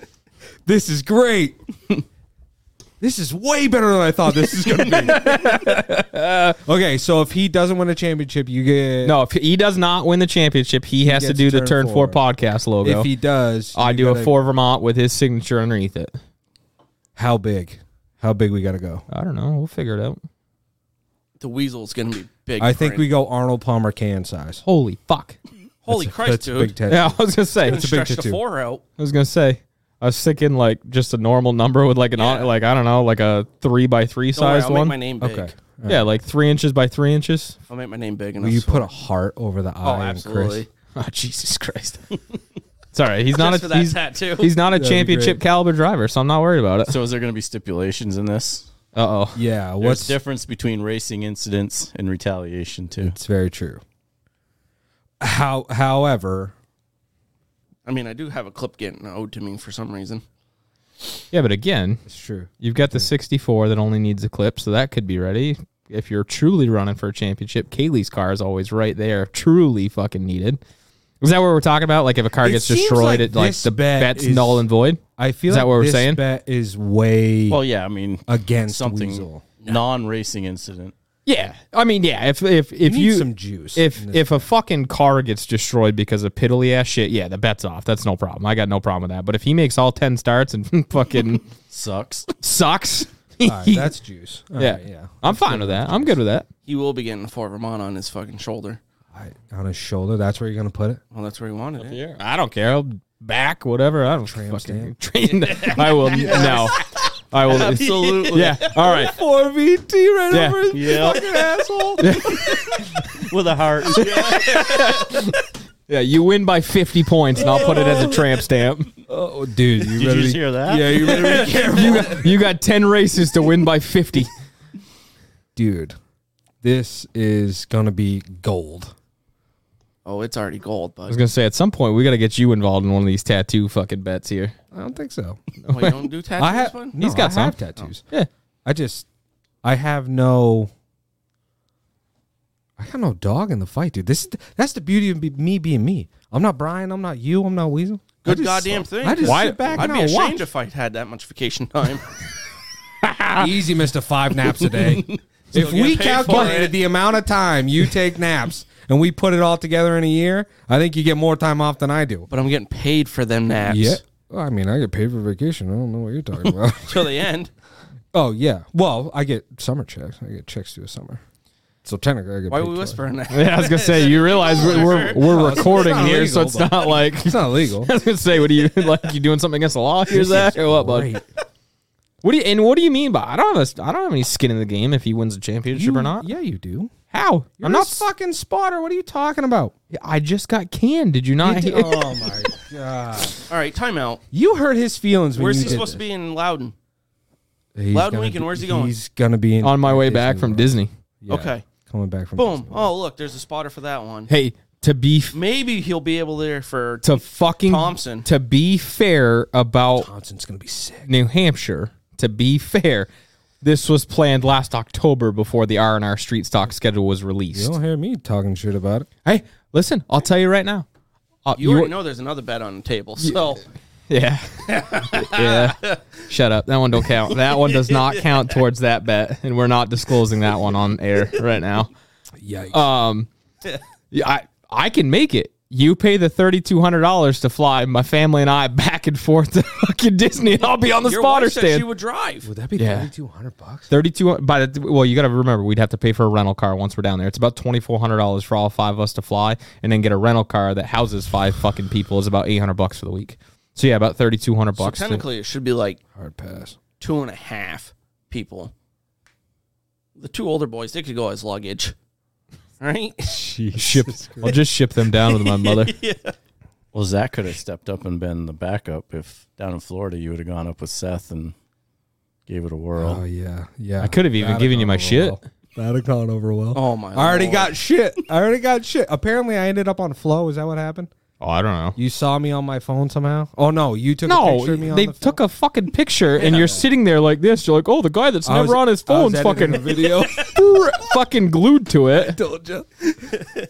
D: this is great. This is way better than I thought this is going to be. okay, so if he doesn't win a championship, you get.
B: no, if he does not win the championship, he, has to
D: gets
B: do the
D: turn
B: turn four
D: four.
B: podcast logo.
D: If he does,
B: I
D: you
B: do a
D: gotta-
B: four Vermont with his signature underneath it.
D: How big? How big we got to go?
B: I don't know. We'll figure it out.
F: The weasel's gonna be big.
D: I think
F: for
D: we
F: him.
D: go Arnold Palmer can size.
B: Holy fuck!
F: Holy Christ,
D: That's a
F: dude!
D: big tattoo.
B: Yeah, I was gonna say
F: It's
D: a big
F: the
D: tattoo.
F: four out.
B: I was gonna say. I was thinking like just a normal number with like an
F: Yeah.
B: like I don't know like a three by three
F: Don't worry,
B: size
F: I'll
B: one.
F: make my name big.
D: Okay.
B: yeah, like three inches by three inches.
F: I'll make my name big. And
D: Will
F: I'll
D: you
F: swear.
D: put a heart over the
F: Oh,
D: eye? and
F: absolutely.
D: Chris?
B: Oh Jesus Christ! it's all right. He's not
F: Just
B: a
F: for that
B: he's,
F: tattoo.
B: he's not a
D: be
B: championship
D: great.
B: caliber driver, so I'm not worried about it.
E: So is there going to be stipulations in this?
B: Uh oh.
D: Yeah.
E: What's
D: What's
E: There's difference between racing incidents and retaliation too?
D: It's very true. How, however,
F: I mean, I do have a clip getting owed to me for some reason.
B: Yeah, but again,
D: it's true.
B: you've got the 64 that only needs a clip, so that could be ready. If you're truly running for a championship, Kaylee's car is always right there. Truly fucking needed. Is that what we're talking about? Like if a car
D: It
B: gets
D: seems
B: destroyed,
D: like
B: it like
D: this
B: the
D: bet
B: bet's
D: is-
B: null and void.
D: I feel
B: Is
D: like
B: that what we're
D: this
B: saying?
D: bet is way
E: Well, yeah, I mean
D: against
E: something
D: Weasel.
E: non-racing incident.
B: Yeah, I mean, yeah. If if if
D: need
B: you
D: some juice
B: if
D: in this
B: if a fucking car gets destroyed because of piddly ass shit, yeah, the bet's off. That's no problem. I got no problem with that. But if he makes all ten starts and fucking
E: Sucks.
B: sucks,
D: All right, that's juice. All
B: yeah,
D: right, yeah.
B: I'm fine with that. I'm good with that.
F: He will be getting the four Vermont on his fucking shoulder.
D: All right, on his shoulder. That's where you're gonna put it.
F: Well, that's where he wanted it.
B: Yeah, I don't care. I'll back whatever. I don't
D: Tram
B: fucking train. I will no. I will
E: Absolutely.
B: Yeah. All right.
D: Four VT right
B: Yeah.
D: over his
E: Yeah.
D: fucking asshole.
E: With a heart.
B: Yeah. You win by 50 points, and I'll put it as a tramp stamp.
D: oh, dude, you
E: Did
D: better
E: you just
D: be-
E: hear that?
D: Yeah, you better be careful,
B: You got, you got 10 races to win by 50.
D: dude. This is gonna be gold.
F: Oh, it's already gold, but
B: I was gonna say at some point we gotta get you involved in one of these tattoo fucking bets here.
D: I don't think so.
F: Wait, you don't do tattoos.
D: I have.
F: one?
D: No,
B: He's got
D: I
B: some.
D: have tattoos.
B: Yeah.
D: I just, I have no. I got no dog in the fight, dude. This is th- that's the beauty of be- me being me. I'm not Brian. I'm not you. I'm not Weasel. I
F: Good
D: just-
F: goddamn thing.
D: I just
B: Why-
D: sit back
F: I'd
D: and
F: be
D: I'll
F: ashamed
D: watch.
F: if I had that much vacation time.
D: Easy, Mister Five Naps a Day. if
F: get
D: we
F: paid for it.
D: calculated the amount of time you take naps and we put it all together in a year, I think you get more time off than I do.
F: But I'm getting paid for them naps
D: Yeah. Well, I mean, I get paid for vacation. I don't know what you're talking about.
F: till the end.
D: oh yeah. Well, I get summer checks. I get checks through the summer. So technically, I get.
F: Why
D: paid
F: are we
D: twice.
F: whispering that?
B: Yeah, I was gonna say you realize we're we're, we're recording
D: not
B: here, so
D: illegal,
B: it's not like
D: It's not illegal.
B: I was gonna say, what are you like? You doing something against the law here, Zach, or what, bud?
D: Right.
B: What do you and what do you mean by I don't have a, I don't have any skin in the game if he wins a championship or not?
D: Yeah, you do.
B: How?
D: You're
B: I'm
D: not
B: not.
D: fucking spotter. What are you talking about?
B: I just got canned. Did you not? hear?
D: oh my god!
F: All right, timeout.
D: You hurt his feelings. When
F: Where's
D: you
F: he
D: did
F: supposed to be in Loudon?
D: this. He's
F: Loudon
D: gonna
F: Weekend,
D: be-
F: where's he going?
D: He's gonna be in
B: on my way back
D: Disney
B: from
D: World.
B: Disney.
D: Yeah,
F: Okay.
D: coming back from
F: Boom.
D: Disney World.
F: Oh, look, there's a spotter for that one.
B: Hey, to be f-
F: Maybe he'll be able there for
B: to fucking
F: Thompson.
B: To be fair about
D: Thompson's gonna be sick.
B: New Hampshire. To be fair, this was planned last October before the R and R Street Stock schedule was
D: You
B: released.
D: don't hear me talking shit about it.
B: Hey, listen, I'll tell you right now. Uh,
F: you
B: you-
F: already know there's another bet on the table. So
B: Yeah. yeah. Shut up. That one don't count. That one does not count towards that bet, and we're not disclosing that one on air right now.
D: Yikes!
B: Um, yeah, I I can make it. You pay the thirty two hundred dollars to fly my family and I back and forth to fucking Disney, and I'll be on the
F: your
B: spotter
F: wife said
B: stand.
F: she would drive.
D: Would that be
B: yeah.
D: thirty two hundred bucks?
B: Thirty-two. By the well, you got to remember, we'd have to pay for a rental car once we're down there. It's about twenty-four hundred dollars for all five of us to fly, and then get a rental car that houses five fucking people is about eight hundred bucks for the week. So yeah, about thirty-two hundred
F: So
B: bucks. to-
F: technically, it should be like
D: Hard pass.
F: two and a half people. The two older boys, they could go as luggage, right?
B: ship. I'll just ship them down with my mother.
E: Well, Zach could have stepped up and been the backup if down in Florida you would have gone up with Seth and gave it a
D: Oh
E: whirl.
D: yeah, yeah.
B: I could have even
D: That'd
B: given you
D: gone
B: my
D: over
B: shit.
D: well. That'd have gone over well.
F: Oh my!
D: I already
F: Lord.
D: got shit. I already got shit. Apparently, I ended up on flow. Is that what happened?
B: Oh, I don't know.
D: You saw me on my phone somehow. Oh no, you took a
B: No,
D: picture of me. on
B: they
D: the
B: took a fucking picture, and you're sitting there like this. You're like, "Oh, the guy that's
D: I
B: never
D: was-
B: on his
D: I
B: phone's
D: was editing a
B: fucking
D: video.
B: fucking glued to it."
D: Told you.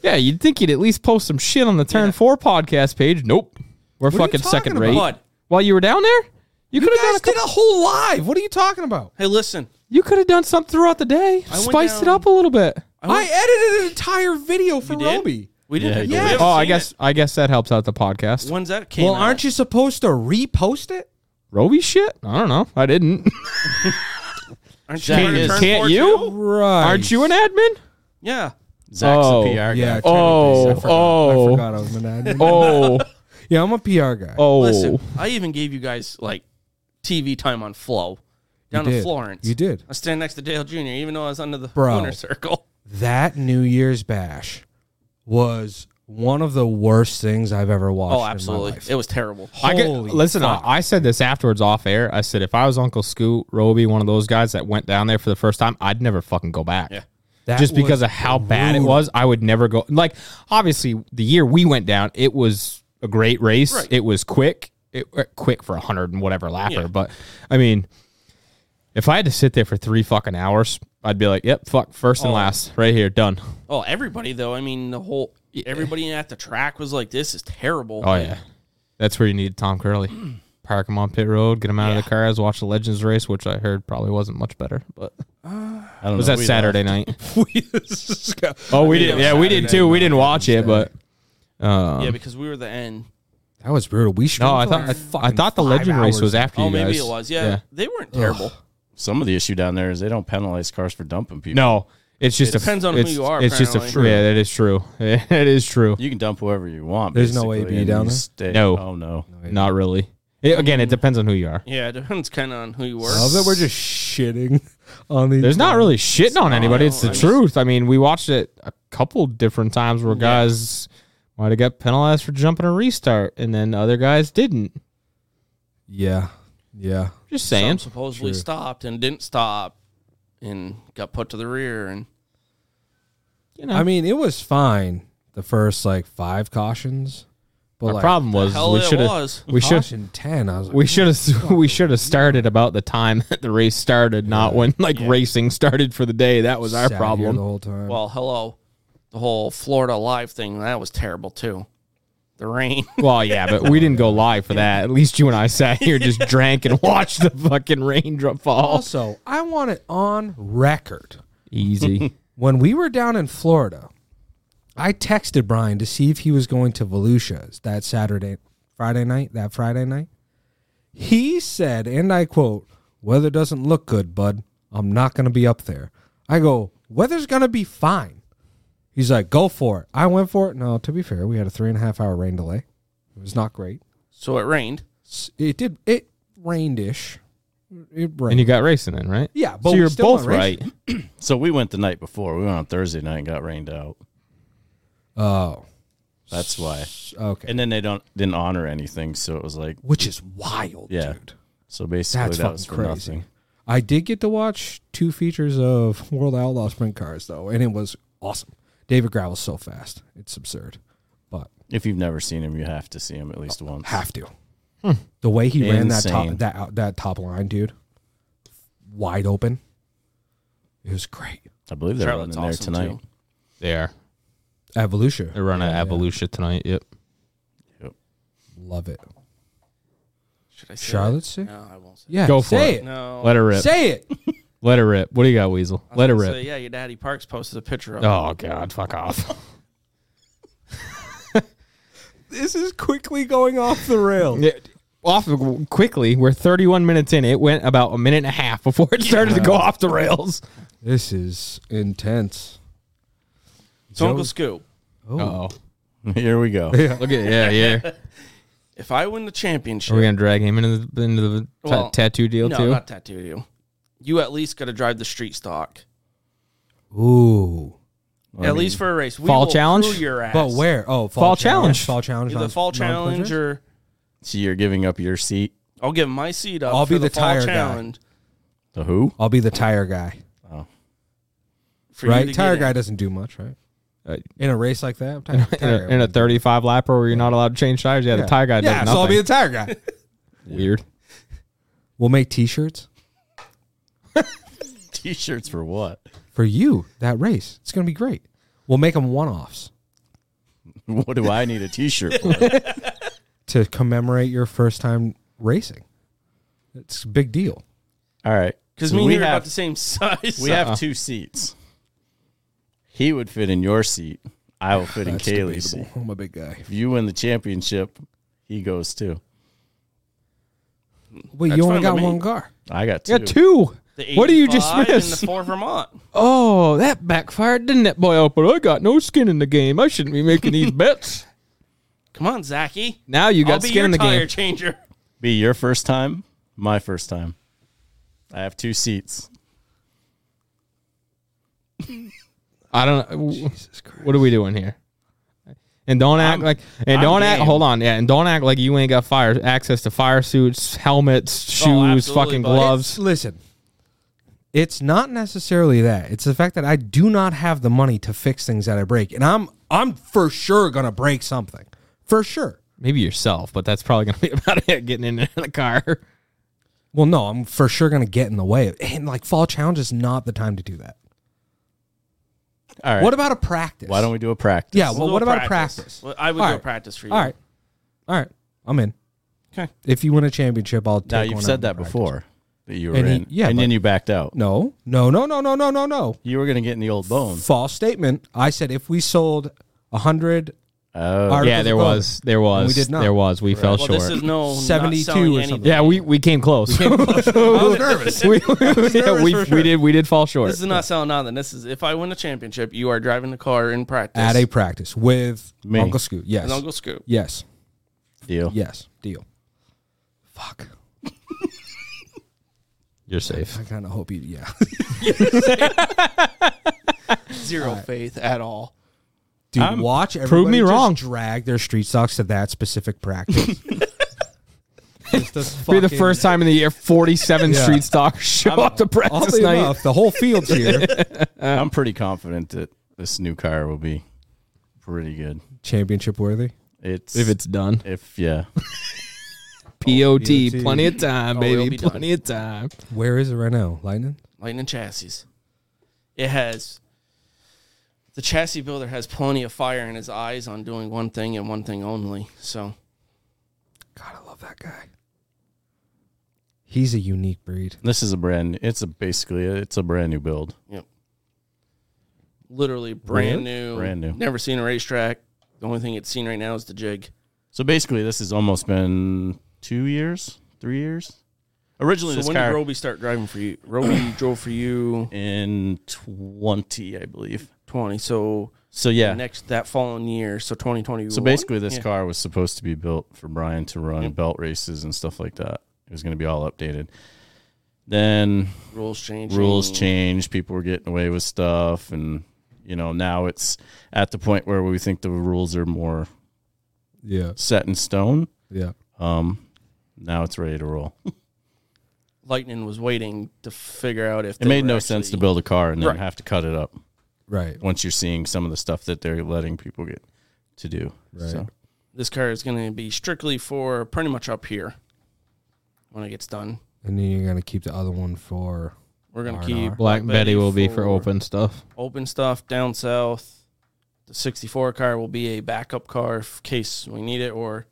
B: Yeah, you'd think you'd at least post some shit on the Turn Four podcast page. Nope, we're
D: you
B: fucking
D: talking
B: second
D: about?
B: rate.
F: Bud,
B: While you were down there, you could have
D: You
B: done
D: guys
B: a
D: did
B: couple,
D: a whole live. What are you talking about?
F: Hey, listen.
B: you could have done something throughout the day,
F: went
B: spiced it
F: down-
B: up a little bit.
D: I, edited an entire video for
F: did?
D: Roby.
F: We
E: Yeah,
F: didn't.
E: you
F: we
E: did.
F: haven't
B: Oh, I
F: seen
B: guess
F: it.
B: I guess that helps out the podcast.
F: When's that came?
D: Well, aren't you supposed to repost it?
B: Roby shit? I don't know. I didn't.
F: Aren't
E: Can't-
F: gonna turn
B: can't
F: 14?
B: you?
D: Right.
B: Aren't you an admin?
F: Yeah.
E: Zach's
B: Oh,
E: a PR
D: Yeah.
E: guy.
B: Oh,
D: I forgot.
B: oh.
D: I forgot I was an admin.
B: Oh,
D: Yeah, I'm a PR guy.
B: oh.
F: Listen, I even gave you guys like TV time on Flow down
D: You
F: in
D: did.
F: Florence.
D: You did.
F: I stand next to Dale Jr. Even though I was under the
D: Bro.
F: winner circle.
D: That New Year's bash was one of the worst things I've ever watched.
F: Oh,
D: In
F: absolutely.
D: my life.
F: It was terrible.
B: I get,
D: Holy
B: listen, I, I said this afterwards off air. I said if I was Uncle Scoot, Roby, one of those guys that went down there for the first time, I'd never fucking go back.
F: Yeah.
D: That
B: Just because
D: was
B: of how bad it
D: brutal.
B: was, I would never go. Like, obviously, the year we went down, it was a great race.
F: Right.
B: It was quick, it uh, quick for a hundred and whatever lapper.
F: Yeah.
B: But I mean, if I had to sit there for three fucking hours, I'd be like, "Yep, fuck, first and last, right here, done."
F: Oh, everybody though. I mean, the whole everybody at the track was like, "This is terrible."
B: Oh yeah, that's where you need Tom Curley. Park him on pit road, get him out of the cars, watch the Legends race, which I heard probably wasn't much better. But
F: Uh,
E: I don't know.
B: was that
E: We
B: Saturday night?
D: We just got-
B: Oh, we did. Yeah, we did too. We didn't watch it, but
F: yeah, because we were the end.
D: that was brutal. We should.
B: no, I thought I thought the Legend race was after
F: Oh,
B: you guys.
F: maybe it was. Yeah, they weren't terrible.
E: laughed. Some of the issue down there is they don't penalize cars for dumping people.
B: No, it's just a,
F: depends on who
B: it's-
F: you are,
B: It's just a
F: apparently.
B: yeah. That is true. It is true.
E: You can dump whoever you want.
D: There's no
E: basically,
D: AB
E: and
D: down
E: you
D: there?
E: stay-
B: No.
E: Oh no.
B: Not really. It- again, it depends on who you are.
F: Yeah, it depends kind of on who you were.
D: I love that we're just shitting on these.
B: There's not really shitting on anybody. It's the
F: I just-
B: truth. I mean, we watched it a couple different times where guys might have got penalized for jumping a restart, and then other guys didn't.
D: Yeah, yeah.
B: Just
F: Some
B: saying.
F: supposedly stopped and didn't stop, and got put to the rear. And
B: you know,
D: I mean, it was fine the first like five cautions, but
B: our
D: like
B: problem was
F: hell,
B: we
F: it
B: should have
F: was.
B: we should
D: caution ten, I was like,
B: we should have we should have started about the time that the race started, not when like racing started for the day. That was our
D: sat here the
B: problem.
D: whole time.
F: Well, hello, the whole Florida live thing that was terrible too. The rain.
B: Well, yeah, but we didn't go live for that. At least you and I sat here just drank and watched the fucking raindrop fall.
D: also, I want it on record.
B: Easy.
D: When we were down in Florida, I texted Brian to see if he was going to Volusia's that Saturday, Friday night, that Friday night. He said, and I quote, weather doesn't look good, bud. I'm not going to be up there. I go, weather's going to be fine. He's like, go for it. I went for it. No, to be fair, we had a three and a half hour rain delay. It was not great.
F: So it rained.
D: S- It did, it rained ish. It rained.
B: And you got racing in, right?
D: Yeah, but
B: so
D: we
B: you're
D: still
B: both
D: went
B: right.
D: racing.
E: So we went the night before. We went on Thursday night and got rained out.
D: oh,
E: That's why.
D: okay.
E: And then they don't didn't honor anything, so it was like
D: Which is wild,
E: Yeah.
D: dude.
E: so basically
D: That's
E: that was
D: fucking
E: for
D: crazy.
E: nothing.
D: I did get to watch two features of World Outlaw Sprint Cars though, and it was awesome. David Gravel's so fast, it's absurd, but
E: If you've never seen him, you have to see him at least once.
D: Oh, have to. The way he ran that top
E: Insane.
D: that out- that top line, dude, wide open. It was great.
E: I believe they're running
F: Charlotte's
E: there
F: awesome,
E: tonight.
F: too.
B: They are.
D: Evolution,
B: They're running at Evolution tonight. Yep.
D: love it.
F: Should I say
D: Charlotte's
F: it?
D: sick.
F: No, I won't say
D: Yeah,
B: Go for
D: say
B: it.
F: it. No.
B: Let her rip.
D: Say it.
B: Let her rip. What do you got, Weasel?
F: I was
B: Let her
F: gonna
B: rip.
F: say, yeah, your daddy Parks posted a picture of it.
B: Oh God, fuck off.
D: this is quickly going off the rail.
B: off quickly. We're 31 minutes in. It went about a minute and a half before it started to go off the rails.
D: This is intense.
F: So Uncle
D: Joe's-
F: Scoop,
B: Oh,
E: Here we go.
B: look at yeah, yeah.
F: if I win the championship,
B: Are we gonna drag him into the into the ta-
F: Well,
B: tattoo deal
F: no,
B: too?
F: not tattoo you. You at least got to drive the street stock.
D: Ooh.
F: at least for a race. We
B: Fall
F: will
B: challenge?
F: crew Your ass.
D: But where? Oh, fall,
B: Fall challenge.
D: Fall challenge.
F: Either
D: non-
F: fall
D: non-clinchers?
F: challenge or
E: So you're giving up your seat.
F: I'll give my seat up.
D: I'll
F: for
D: be the
F: fall
D: tire guy.
F: challenge
E: The who?
D: I'll be the tire guy.
F: for you
D: Right?
F: to
D: Tire
F: get
D: guy
F: in.
D: doesn't do much, right?
B: Uh,
D: In a race like that, I'm tire,
B: in, a,
D: tire
B: in a 35 lapper where you're not allowed to change tires. Yeah, the tire guy
D: Yeah,
B: does
D: so I'll
B: nothing.
D: be the tire guy.
B: Weird.
D: we'll make T-shirts
E: T-shirts for what?
D: for you that race. It's gonna be great. We'll make them one-offs
E: What do I need a T-shirt for?
D: to commemorate your first time racing. It's a big deal.
E: All right.
F: Because
E: So
F: me and
E: we
F: you are about
E: have
F: the same size.
E: we
D: Uh-huh.
E: have two seats. He would fit in your seat. I will fit in Kaylee's seat.
D: I'm a big guy.
E: If you win the championship, he goes too.
D: Wait,
F: That's
D: you only
F: fine
D: got
F: with me.
D: one car.
E: I got two.
B: You got two.
F: The
B: What do you just
F: 85 and
B: miss?
F: Uh, the four Vermont.
B: Oh, that backfired, didn't it, boy? Oh, but I got no skin in the game. I shouldn't be making these bets.
F: Come on, Zachy.
B: Now you got
F: I'll be
B: skin
F: your
B: in the
F: tire
B: game.
F: changer.
E: Be your first time, my first time. I have two seats.
B: I don't. know. What are we doing here? And don't act like and
E: I'm
B: don't act.
E: game.
B: Hold on, yeah, and don't act like you ain't got fire access to fire suits, helmets,
D: Oh,
B: shoes,
F: absolutely,
B: fucking
F: bud.
B: gloves.
D: Listen, it's not necessarily that. It's the fact that I do not have the money to fix things that I break, and I'm I'm for sure gonna break something, for sure.
B: Maybe yourself, but that's probably gonna be about it. Getting in and out of the car.
D: Well, no, I'm for sure gonna get in the way, and like fall challenge is not the time to do that.
E: All right.
D: What about a practice?
E: Why don't we do a practice?
D: Yeah. Well,
F: We'll do
D: what about a practice?
F: Well, I would
D: All
F: do a
D: right.
F: practice for you.
D: All right, all right, I'm in.
F: Okay.
D: If you win a championship, I'll. Take
E: Now
D: one
E: you've
D: out
E: said
D: and
E: that
D: practice.
E: before that you were
D: And he-
E: in,
D: yeah,
E: and then
D: but-
E: you backed out.
D: No, no, no, no, no, no, no, no.
E: You were going to get in the old bone.
D: False statement. I said if we sold a hundred.
E: Oh,
D: articles
B: yeah, there
D: of clothing-
B: was, there was,
D: we did not.
B: there was. We fell
F: Well,
B: short.
F: this is no not
D: 72
F: selling
D: or
F: anything.
D: something.
B: yeah, we we came close.
D: I was nervous.
B: we, yeah, we,
D: for
B: we
D: sure.
B: did we did fall short.
F: This is not selling nothing. This is if I win a championship, you are driving the car in practice.
D: At a practice with
E: Me.
D: Uncle Scoot. Yes.
F: and Uncle Scoop.
D: Yes.
E: deal.
D: Yes. Deal. Fuck.
B: You're safe.
D: I kind of hope you. Yeah.
F: Zero faith at all.
D: Dude, watch. Everybody
B: me
D: just
B: wrong.
D: Drag their street socks to that specific practice. Just the
B: Be the
D: fucking-
B: first time in the year 47
D: Yeah.
B: street stalkers show up to practice
D: Oddly
B: night.
D: enough, the whole field's here.
E: Uh, I'm pretty confident that this new car will be pretty good.
D: Championship worthy.
E: It's
B: If it's done,
E: if yeah,
B: POT,
D: POT.
B: E plenty of time,
F: Oh, it'll
B: baby,
F: be done.
B: plenty of time.
D: Where is it right now? Lightning.
F: Lightning chassis. It has the chassis builder has plenty of fire in his eyes on doing one thing and one thing only. So
D: God, I love that guy. He's a unique breed.
E: this is a brand. It's a basically it's a brand new build.
F: yep. literally brand new,
E: Brand new.
F: Never seen a racetrack. The only thing it's seen right now is the jig.
E: So basically, this has almost been two years, three years. Originally,
F: So
E: this
F: when
E: car
F: did Roby start driving for you? Roby drove for you
E: in twenty, I believe.
F: twenty. So
E: So yeah.
F: next that following year, so twenty twenty.
E: so basically, this car was supposed to be built for Brian to run belt races and stuff like that. It was going to be all updated. Then
F: rules change.
E: rules changed. People were getting away with stuff, and you know now it's at the point where we think the rules are more
D: Yeah.
E: set in stone.
D: Yeah.
E: Um, now it's ready to roll.
F: Lightning was waiting to figure out if
E: It made no sense to build a car and then
F: Right.
E: have to cut it up
D: Right.
E: once you're seeing some of the stuff that they're letting people get to do.
D: Right.
E: So
F: This car is going to be strictly for pretty much up here when it gets done.
D: And then you're gonna keep the other one for
F: We're going to
D: R&R.
F: keep
B: Black Betty will be for open stuff.
F: open stuff down south. The 64 car will be a backup car in case we need it or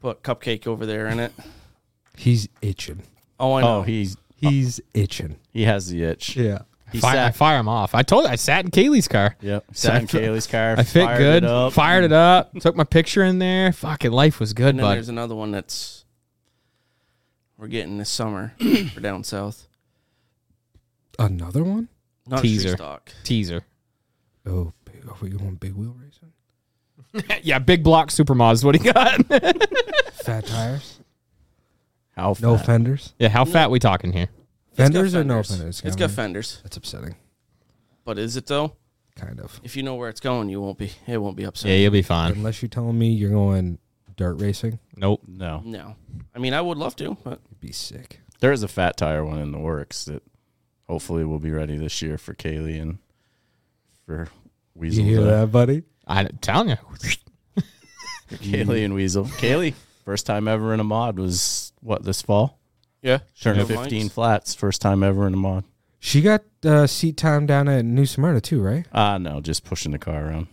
F: put Cupcake over there in it.
D: he's itching.
F: Oh, I know.
E: oh, he's
D: He's itching.
E: he has the itch.
D: Yeah.
E: He
B: Fire, I
E: sat,
B: fire him off. I told you I sat in Kaylee's car.
E: yep,
B: So I
E: sat in
B: fi-
E: Kaylee's car.
B: I fit
E: fired
B: good.
E: It up.
B: Fired it up. Took my picture in there. Fucking life was good,
F: and then
B: bud.
F: there's another one that's we're getting this summer for down south.
D: Another one?
F: Not
B: Teaser.
F: Teaser. stock.
B: Teaser.
D: Oh, big- are we going big wheel racing?
B: yeah, big block supermod is what he got.
D: Fat tires?
E: How
D: No
E: fat.
D: fenders?
B: yeah, how fat we talking here?
D: Fenders or no fenders?
F: It's got fenders.
D: That's upsetting.
F: But is it though?
D: Kind of.
F: If you know where it's going, you won't be. It won't be
B: Yeah,
F: upset.
B: you'll be fine.
D: Unless you're telling me you're going dirt racing,
B: Nope.
E: No,
F: No, I mean I would love to, but
D: it'd be sick.
E: there is a fat tire one in the works that hopefully will be ready this year for Kaylee and for Weasel.
D: You hear
E: to-
D: that, buddy?
B: I'm telling you.
E: Kaylee and Weasel. Kaylee, first time ever in a mod was what this fall.
F: yeah,
E: Turning 15 flats, first time ever in a mod.
D: She got uh, seat time down at New Smyrna too, right?
E: Ah, no, just pushing the car around.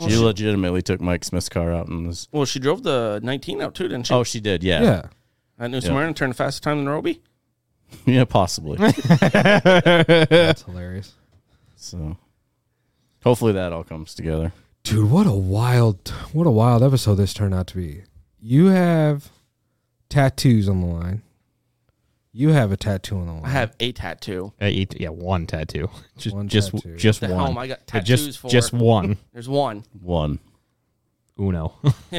E: She legitimately took Mike Smith's car out and was.
F: Well, she drove the 19 out too, didn't she?
E: Oh, she did. Yeah.
D: Yeah.
F: At New Smyrna, turned a faster time than Roby.
E: Yeah, possibly.
D: That's hilarious.
E: so hopefully that all comes together.
D: Dude, what a wild what a wild episode this turned out to be. You have tattoos on the line. You have a tattoo on the line.
F: I have a tattoo.
B: Uh, you- yeah, one tattoo. Just
D: One
B: just
D: tattoo.
B: just
F: The
B: one.
F: hell, I got
B: Uh,
F: tattoos
B: just
F: for.
B: just one.
F: There's one.
E: One.
B: Uno.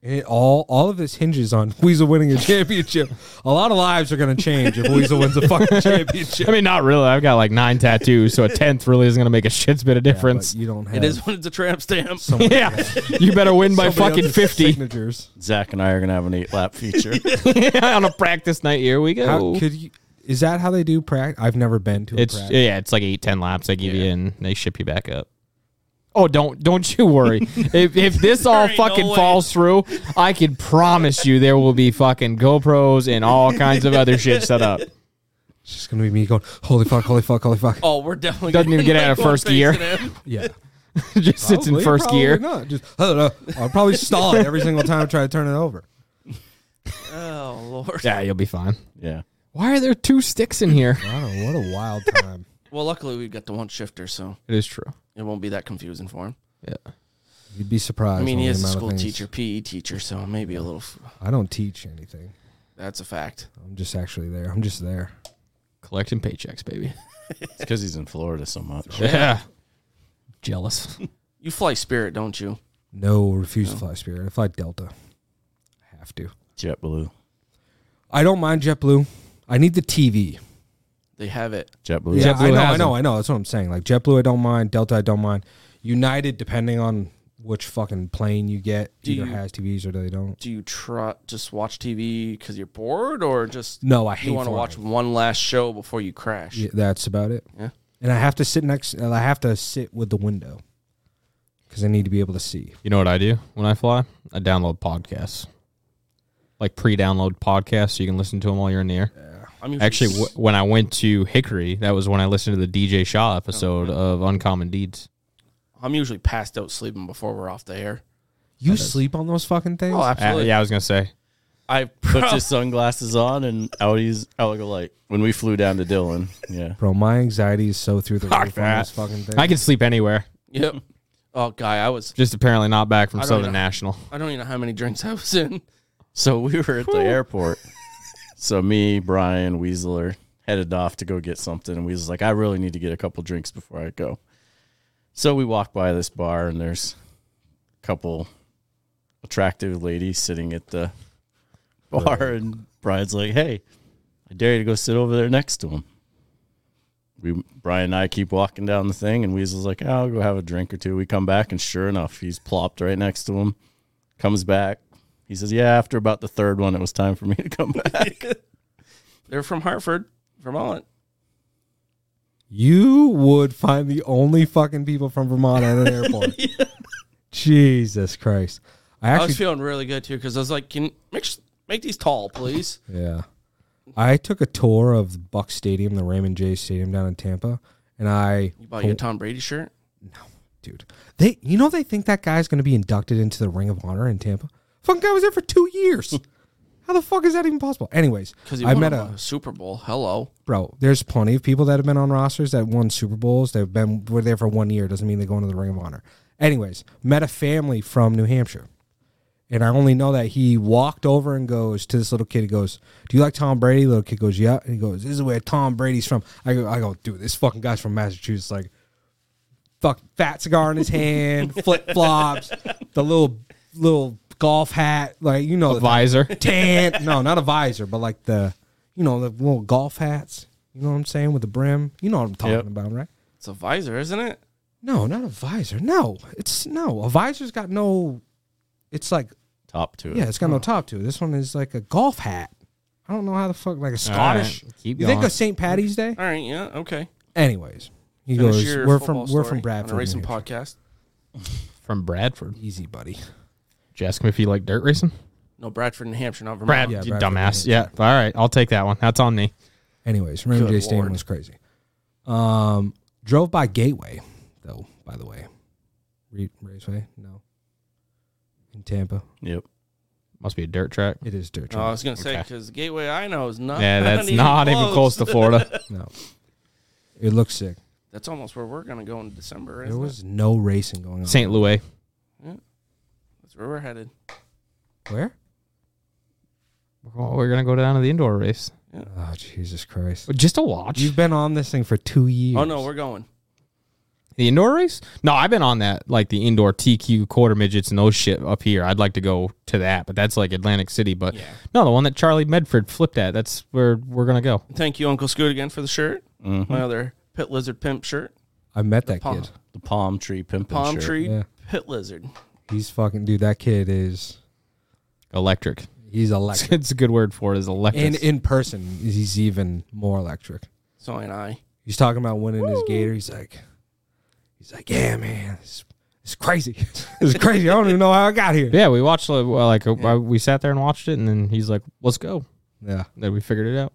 D: And it all all of this hinges on Weasel winning a championship. a lot of lives are gonna change if Weasel wins a fucking championship.
B: I mean, not really. I've got like nine tattoos, so a tenth really isn't gonna make a shit's bit of
D: But
B: difference.
D: you don't have
F: It is when it's a tramp stamp.
B: Yeah, you better win by
D: somebody
B: fucking
D: else's
B: fifty
D: signatures.
E: Zach and I are going to have an eight lap feature.
B: on a practice night. Here we go.
D: How could you is that how they do practice? I've never been to a
B: Oh. it's
D: practice.
B: yeah, it's like eight ten laps they give you, and they ship you back up. Oh, don't don't you worry. if if this all
F: ain't
B: fucking
F: no way.
B: falls through, I can promise you there will be fucking GoPros and all kinds of other shit set up.
D: It's just gonna be me going, Holy fuck, holy fuck, holy fuck.
F: Oh, we're definitely
B: Doesn't even
F: getting
B: get out of
F: that one
B: first
F: face
B: gear.
F: in it.
D: Yeah.
B: Just sits in
D: Probably,
B: first
D: probably
B: gear.
D: Not. Just, I don't know. I'll probably stall it every single time I try to turn it over.
F: Oh lord.
B: Yeah, you'll be fine.
E: yeah.
B: Why are there two sticks in here?
D: I don't know. What a wild time.
F: Well, luckily we've got the one shifter, so
B: It is true.
F: it won't be that confusing for him.
B: Yeah.
D: You'd be surprised.
F: I mean, he
D: on the
F: is a
D: amount of
F: school
D: things-
F: teacher, PE teacher, so maybe a little. F-
D: I don't teach anything.
F: that's a fact.
D: I'm just actually there. I'm just there.
B: Collecting paychecks, baby.
E: It's because he's in Florida so much.
B: Yeah. Jealous.
F: You fly Spirit, don't you?
D: No, refuse to fly Spirit. I fly Delta. I have to.
E: JetBlue.
D: I don't mind JetBlue. I need the TV.
F: They have it.
E: JetBlue.
D: Yeah,
B: JetBlue
D: I know,
B: has
D: I know,
B: them.
D: I know. That's what I'm saying. Like JetBlue, I don't mind. Delta, I don't mind. United, depending on which fucking plane you get,
F: Do
D: either
F: you-
D: has TVs or they don't.
F: Do you try just watch TV because you're bored, or just
D: No, I hate
F: you want to
D: flying.
F: watch one last show before you crash?
D: Yeah, that's about it.
F: Yeah.
D: And I have to sit next. and I have to sit with the window because I need to be able to see.
B: You know what I do when I fly? I download podcasts, like pre-download podcasts, so you can listen to them while you're in the air.
F: I'm usually
B: Actually,
F: s-
B: w- when I went to Hickory, that was when I listened to the DJ Shaw episode of Uncommon Deeds.
F: I'm usually passed out sleeping before we're off the air.
D: You sleep on those fucking things?
F: Oh,
B: Uh,
F: absolutely.
B: yeah, I was gonna say
F: I
E: Put
F: pro-
E: your sunglasses on and Audi's Allegolite. When we flew down to Dillon, yeah.
D: Bro, my anxiety is so through the
F: Fuck
D: roof on
F: that.
D: this fucking thing.
B: I can sleep anywhere.
F: Yep. Oh, guy, I was.
B: Just apparently not back from
F: I don't
B: Southern
F: know.
B: National.
F: I don't even know how many drinks I was in.
E: So we were at the airport. So me, Brian, Weasler headed off to go get something, and Weasler's like, "I really need to get a couple drinks before I go." So we walk by this bar, and there's a couple attractive ladies sitting at the bar, and Brian's like, "Hey, I dare you to go sit over there next to him." We Brian and I keep walking down the thing, and Weasel's like, "Oh, "I'll go have a drink or two. We come back, and sure enough, he's plopped right next to him. Comes back, he says, "Yeah, after about the third one, it was time for me to come back."
F: They're from Hartford, Vermont.
D: you would find the only fucking people from Vermont at an airport. Jesus Christ. I
F: I
D: actually
F: was feeling really good too because I was like, "Can make s- make these tall, please?"
D: Yeah. I took a tour of Buck Stadium, the Raymond J Stadium down in Tampa, and I
F: You bought you a Tom Brady shirt.
D: dude. They you know they think that guy's gonna be inducted into the Ring of Honor in Tampa? Fucking guy was there for two years. How the fuck is that even possible? Anyways,
F: Because
D: I met a
F: Super Bowl. Hello.
D: bro. There's plenty of people that have been on rosters that won Super Bowls. They've been were there for one year. Doesn't mean they go into the Ring of Honor. Anyways, met a family from New Hampshire, and I only know that he walked over and goes to this little kid. He goes, "Do you like Tom Brady?" Little kid goes, "Yeah." And he goes, "This is where Tom Brady's from." I go, "I go, dude, this fucking guy's from Massachusetts." Like, fuck, fat cigar in his hand, flip flops, the little little golf hat, like you know, the type
B: Visor.
D: tan. No, not a visor, but like the, you know, the little golf hats. You know what I'm saying with the brim. You know what I'm talking
E: Yep.
D: about, right?
F: It's a visor, isn't it?
D: No, not a visor. No, it's no. A visor's got no. It's like
E: Top to it.
D: yeah, it's got no top to it. This one is like a golf hat. I don't know how the fuck like a Scottish.
B: Keep
D: you think
B: going.
D: of St. Patty's Day?
F: All right. Yeah. Okay.
D: Anyways, he
F: Finish
D: goes.
F: your
D: We're
F: football
D: from we're
F: story
D: from Bradford.
F: On a racing
D: New Hampshire."
F: podcast.
B: From Bradford.
D: Easy, buddy.
B: Did you ask him if he liked dirt racing?
F: No, Bradford, New Hampshire, not Vermont.
B: Brad,
D: Yeah,
B: you
D: Bradford,
B: dumbass.
D: yeah.
B: Yeah. All right. I'll take that one. That's on me.
D: Anyways, Raymond
F: Good
D: J. Stadium
F: Lord.
D: was crazy. Um, drove by Gateway, though. By the way, Re- Raceway, no. In Tampa,
E: Yep.
B: Must be a dirt track.
D: it is dirt
F: Oh, I
D: track.
F: was gonna say
B: Okay.
F: because the Gateway I know is not.
B: Yeah, that's not even close to
F: Uh,
B: Florida.
D: no, it looks sick.
F: That's almost where we're gonna go in December.
D: There
F: Isn't
D: was no racing going on.
B: St. Louis.
F: it? That's where we're headed.
D: Where?
B: Well, we're going to go down to the indoor race.
D: Oh Jesus Christ!
B: Just to watch.
D: You've been on this thing for two years.
F: Oh no, we're going.
B: The indoor race? No, I've been on that, like the indoor TQ quarter midgets and those shit up here. I'd like to go to that, but that's like Atlantic City. But no, the one that Charlie Medford flipped at, that's where we're going to go.
F: Thank you, Uncle Scoot, again for the shirt.
B: Mm-hmm.
F: My other pit lizard pimp shirt.
D: I met that
F: palm.
D: kid.
E: The palm tree pimping
F: Palm
E: shirt.
F: tree
D: Yeah.
F: pit lizard.
D: He's fucking dude. That kid is
B: Electric.
D: he's electric.
B: It's a good word for it, is electric.
D: and in person, he's even more electric.
F: So and I.
D: He's talking about winning his gator. He's like, he's like, yeah, man, it's, it's crazy. It's crazy. I don't even know how I got here.
B: yeah, we watched, uh, well, like, uh, we sat there and watched it, and then he's like, let's go.
D: Yeah,
B: Then we figured it out.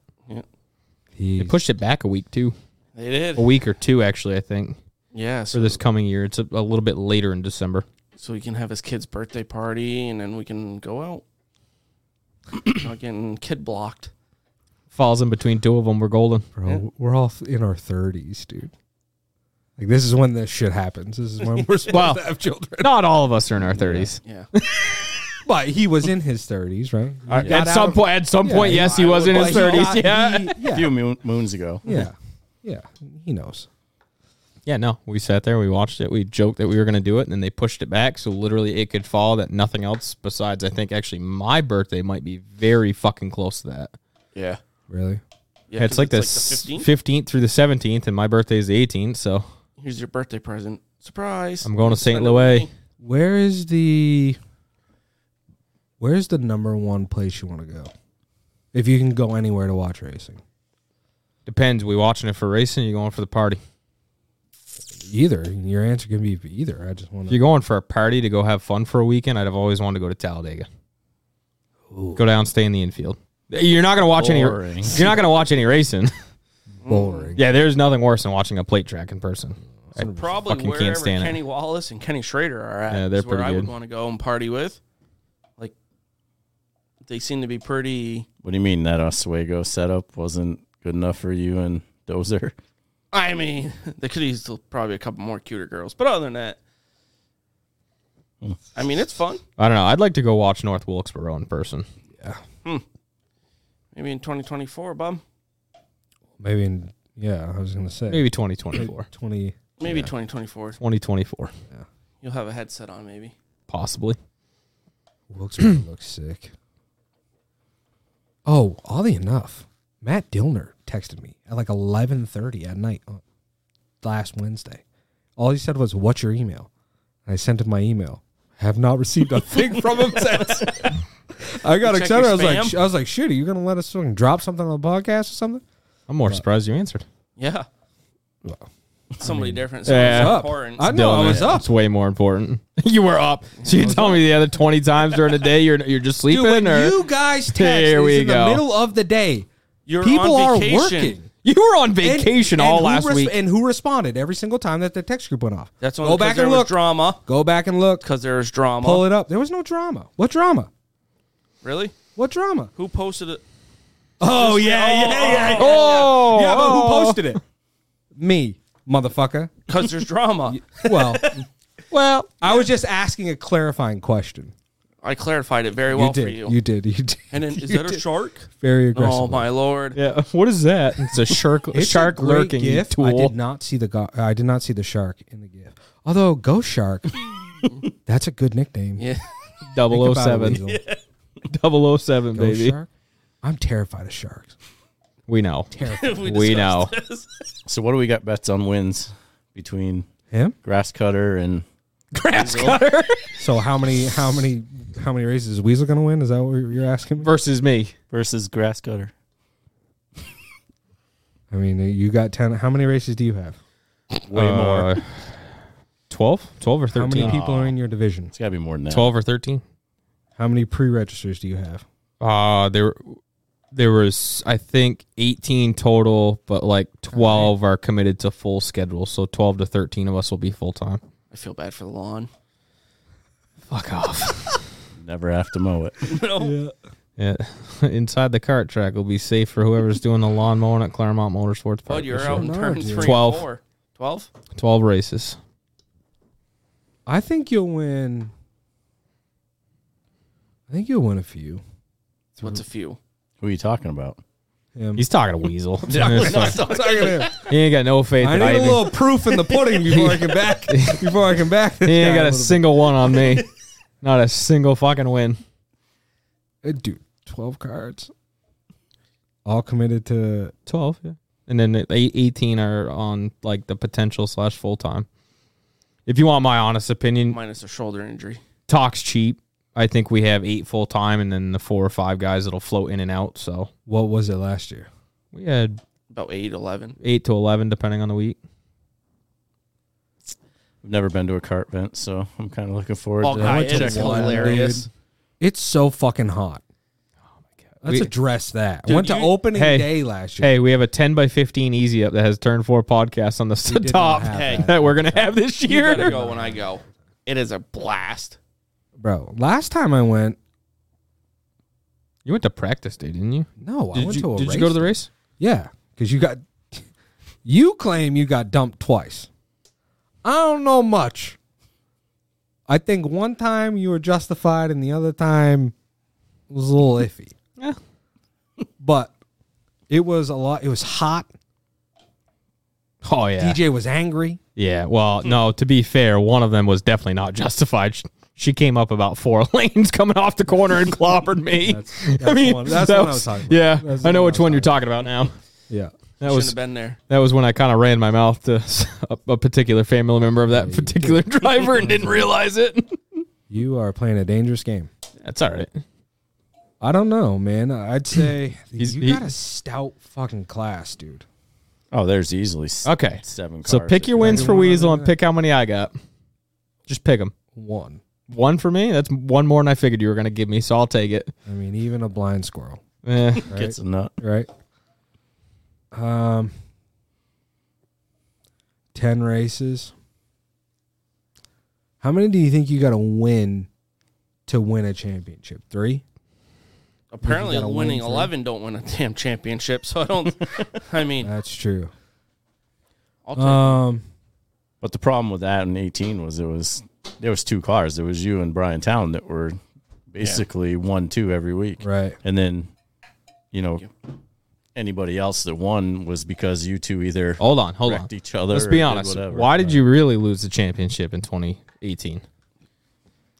D: he
B: They pushed it back a week, too.
F: They did.
B: A week or two, actually, I think,
F: Yeah. So
B: for this coming year. It's a, a little bit later in December.
F: so we can have his kid's birthday party and then we can go out. Not getting kid blocked.
B: Falls in between two of them. We're golden.
D: bro. We're all in our thirties, dude. Like this is when this shit happens. This is when we're supposed
B: Well-
D: to have children.
B: Not all of us are in our 30s.
F: Yeah.
D: But he was in his thirties, right? He got
B: At
D: out
B: some
D: of-
B: point, at some
D: Yeah,
B: point,
D: he-
B: yes, he was in
D: but
B: his
D: he
B: 30s.
D: got-
B: yeah.
D: he-
E: A
D: yeah,
E: few moon, moons ago.
D: yeah, yeah. He knows.
B: Yeah, no. We sat there, we watched it, we joked that we were going to do it, and then they pushed it back. So literally, it could fall that nothing else besides, I think, actually, my birthday might be very fucking close to that.
F: Yeah.
D: Really?
F: Yeah,
B: it's like the
F: this.
B: s- 15th through the 17th, and my birthday is the 18th. So
F: Here's your birthday present. Surprise.
B: I'm going to St.
F: Spend it with
B: Louis.
F: me.
D: Where is the Where's the number one place you want to go? If you can go anywhere to watch racing.
B: Depends. We watching it for racing, you going for the party.
D: Either. Your answer can be either. I just want
B: If you're going for a party to go have fun for a weekend, I'd have always wanted to go to Talladega. Go down, stay in the infield. You're not gonna watch any.
E: Boring.
B: You're not gonna watch any racing.
D: boring.
B: yeah, there's nothing worse than watching a plate track in person. I
F: Probably
B: fucking
F: wherever
B: can't stand
F: Kenny
B: it.
F: Wallace and Kenny Schrader are at.
B: Yeah, they're
F: is where
B: pretty
F: I would
B: good.
F: want to go and party with. Like they seem to be pretty.
E: What do you mean that Oswego setup wasn't good enough for you and Dozer?
F: I mean, they could use probably a couple more cuter girls, but other than that, I mean, it's fun.
B: I don't know. I'd like to go watch North Wilkesboro in person.
F: Maybe in 2024, Bob.
D: Maybe in yeah, I was gonna say
B: Maybe 2024.
D: twenty.
F: Maybe 2024.
B: 2024,
F: You'll have a headset on, maybe.
B: possibly.
D: Wilkes-Barre looks sick. Oh, oddly enough, Matt Dillner texted me at like eleven thirty at night on last Wednesday. All he said was, "What's your email?" And I sent him my email. Have not received a thing from him since. I got
F: Check
D: excited.
F: your
D: I was like,
F: spam.
D: sh- I was like, shit, are you gonna let us fucking drop something on the podcast or something?
B: I'm more surprised you answered.
F: Yeah.
D: Well,
F: Somebody different.
B: Yeah.
F: yeah.
D: Up.
F: important.
D: I know I
B: Dylan,
D: was
B: it's-
D: up.
B: It's way more important. you were up. So you tell me the other 20 times during the day you're you're just sleeping
D: Dude, when
B: or
D: you guys text
B: Here
D: it's
B: we
D: in
B: go.
D: the middle of the day,
F: You're
D: people
F: on
D: are
F: vacation.
D: working.
B: You were on
D: And-
B: vacation
D: and
B: all
D: who
B: last
D: res-
B: week.
D: And who responded every single time that the text group went off?
F: That's
D: go
F: only
D: back
F: because
D: and
F: there
D: look.
F: was drama.
D: go back and look.
F: Because there was drama.
D: Pull it up. There was no drama. What drama?
F: Really?
D: What drama?
F: Who posted it?
D: Oh yeah, yeah, yeah, yeah.
B: oh,
D: Yeah, but who posted it? Me, motherfucker.
F: Because there's drama.
D: Well,
B: Well,
D: I was just asking a clarifying question.
F: I clarified it very well
D: you did.
F: for you.
D: You did. You did.
F: and then, is
D: You
F: that a
D: did.
F: shark?
D: Very aggressive.
F: Oh, my lord.
B: yeah. What is that? It's a shark.
D: It's a
B: shark
D: great
B: lurking
D: gif.
B: tool.
D: I did not see the go- I did not see the shark in the gift. Although Ghost Shark, that's a good nickname.
F: Yeah.
B: 007. 007,
D: Ghost
B: baby.
D: shark? I'm terrified of sharks.
B: We know.
D: Terrified.
B: We,
F: discussed
B: know.
F: this.
E: So what do we got bets on wins between
D: Him?
E: grass cutter and
B: Grass cutter
D: So how many how many how many races is Weasel gonna win? Is that what you're asking? Me?
B: versus me.
E: versus grass cutter?
D: I mean, you got ten. How many races do you have?
E: Way more.
B: Uh, 12? 12 or 13?
D: How many people are in your division?
E: It's got to be more than that.
B: 12 or 13?
D: How many pre-registers do you have?
B: Uh there there was I think 18 total, but like 12 are committed to full schedule. So 12 to 13 of us will be full time.
F: I feel bad for the lawn.
B: Fuck off.
E: Never have to mow it.
B: Oh.
F: No.
B: yeah. Inside the cart track will be safe for whoever's doing the lawn mowing at Claremont Motorsports Park.
F: Bud, you're
B: this
F: out
B: year.
F: in
D: No,
F: turn
D: dude.
F: three. and
B: 12.
F: four. 12?
B: 12 races.
D: I think you'll win. I think you'll win a few.
F: What's a few?
E: Who are you talking about?
D: Him.
B: He's talking to Weasel. It's like,
D: Talking to him.
B: he ain't got no faith
D: I
B: in
D: need a
B: Ivy.
D: little proof in the pudding before I can back before I can back. This
B: He
D: guy
B: ain't got a
D: little bit.
B: single one on me. Not a single fucking win.
D: Uh, dude, twelve cards, all committed to
B: 12, yeah. And then the eight- 18 are on like the potential slash full time. If you want my honest opinion,
F: Minus a shoulder injury.
B: talks cheap. I think we have eight full time and then the four or five guys that'll float in and out. So
D: what was it last year?
B: we had
F: About 8, 11.
B: eight to 11, depending on the week.
E: I've never been to a cart vent, so I'm kind of looking forward
F: Oh,
E: to
F: God,
E: that.
F: it is
D: one,
F: hilarious.
D: It's so fucking hot. Let's
B: We-
D: address that. I went to
F: you-
D: opening
B: Hey.
D: day last year.
B: Hey, we have a 10 by 15 easy up that has turn four podcasts on the s-
D: did
B: top
D: not have
B: that.
D: that.
B: we're going to have this
F: You gotta
B: year.
F: go when I go. It is a blast.
D: Bro, last time I went,
B: You went to practice day, didn't you?
D: no, I
B: Did,
D: went
B: you,
D: to a
B: did
D: race.
B: you go to the race?
D: Yeah, because you got, you claim you got dumped twice. I don't know much. I think one time you were justified, and the other time was a little iffy.
B: Yeah.
D: But it was a lot. It was hot.
B: Oh, yeah.
D: DJ was angry.
B: Yeah. Well, no, to be fair, one of them was definitely not justified. She, she came up about four lanes coming off the corner and clobbered me.
D: that's the one- that's the one I was talking about.
B: Yeah.
D: That's the
B: I know
D: one I
B: which
D: was
B: one you're talking about now.
D: Yeah.
B: That
F: Shouldn't
B: was
F: have been there.
B: That was when I kind of ran my mouth to s- a, a particular family member of that particular driver and didn't realize it.
D: You are playing a dangerous game.
B: That's all right.
D: I don't know, man. I'd say
B: He's-
D: you
B: he-
D: got a stout fucking class, dude.
E: Oh, there's easily s-
B: Okay.
E: seven cars.
B: So pick your
E: if
B: wins for
D: Anyone wanna
B: Weasel
D: do
B: and
D: that?
B: pick how many I got. Just pick them.
D: One.
B: One for me. That's one more than I figured you were going to give me, so I'll take it.
D: I mean, even a blind squirrel,
B: Eh,
E: it Gets a nut.
D: right? Um, ten races. How many do you think you got to win to win a championship? Three.
F: Apparently,
D: gotta win
F: winning
D: for-
F: eleven don't win a damn championship. So I don't. I mean,
D: That's true.
F: I'll take
D: Um,
E: But the problem with that in 18 was it was there was two cars. There was you and Brian Town that were basically one two every week.
D: right.
E: And then you know anybody else that won was because you two either
B: Hold on, hold on.
E: wrecked each other.
B: Let's
E: or
B: be
E: did
B: honest.
E: whatever.
B: Why did you really lose the championship in 2018?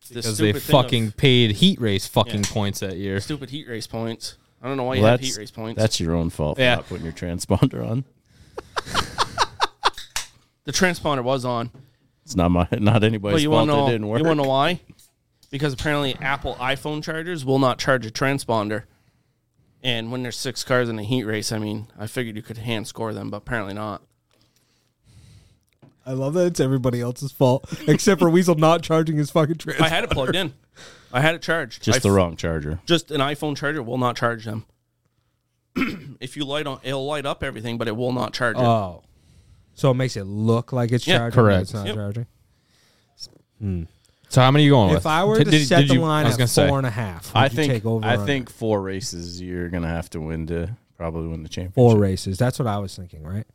F: the
B: Because they
F: stupid thing of
B: fucking paid heat race fucking points that year.
F: stupid heat race points. I don't know why
E: Well,
F: you have
E: that's,
F: heat race points.
E: that's your own fault for
B: Yeah.
E: not putting your transponder on.
F: the transponder was on.
E: It's not my not anybody's
F: But you
E: fault
F: want to know?
E: it didn't work.
F: You want to know why? Because apparently Apple iPhone chargers will not charge a transponder. And when there's six cars in a heat race, I mean, I figured you could hand score them, but apparently not.
D: I love that it's everybody else's fault except for Weasel not charging his fucking
F: I
D: trans.
F: had it plugged in. I had it charged.
E: Just
F: I
E: the
F: f-
E: wrong charger.
F: Just an iPhone charger will not charge them. if you light on, it'll light up everything, but it will not charge
E: Uh,
F: it.
D: Oh, so it makes it look like it's
F: Yeah,
D: charging, but
B: correct.
D: it's not
F: Yep.
D: charging.
B: So how many are you going with?
D: If I were
B: Did-
D: to
B: did-
D: set
B: did
D: the
B: you-
D: line
B: I was
D: at
B: gonna say.
D: four and a half, would
E: I
D: you take
E: think
D: over.
E: I
D: under?
E: think four races you're gonna have to win to probably win the championship.
D: four races. That's what I was thinking, right?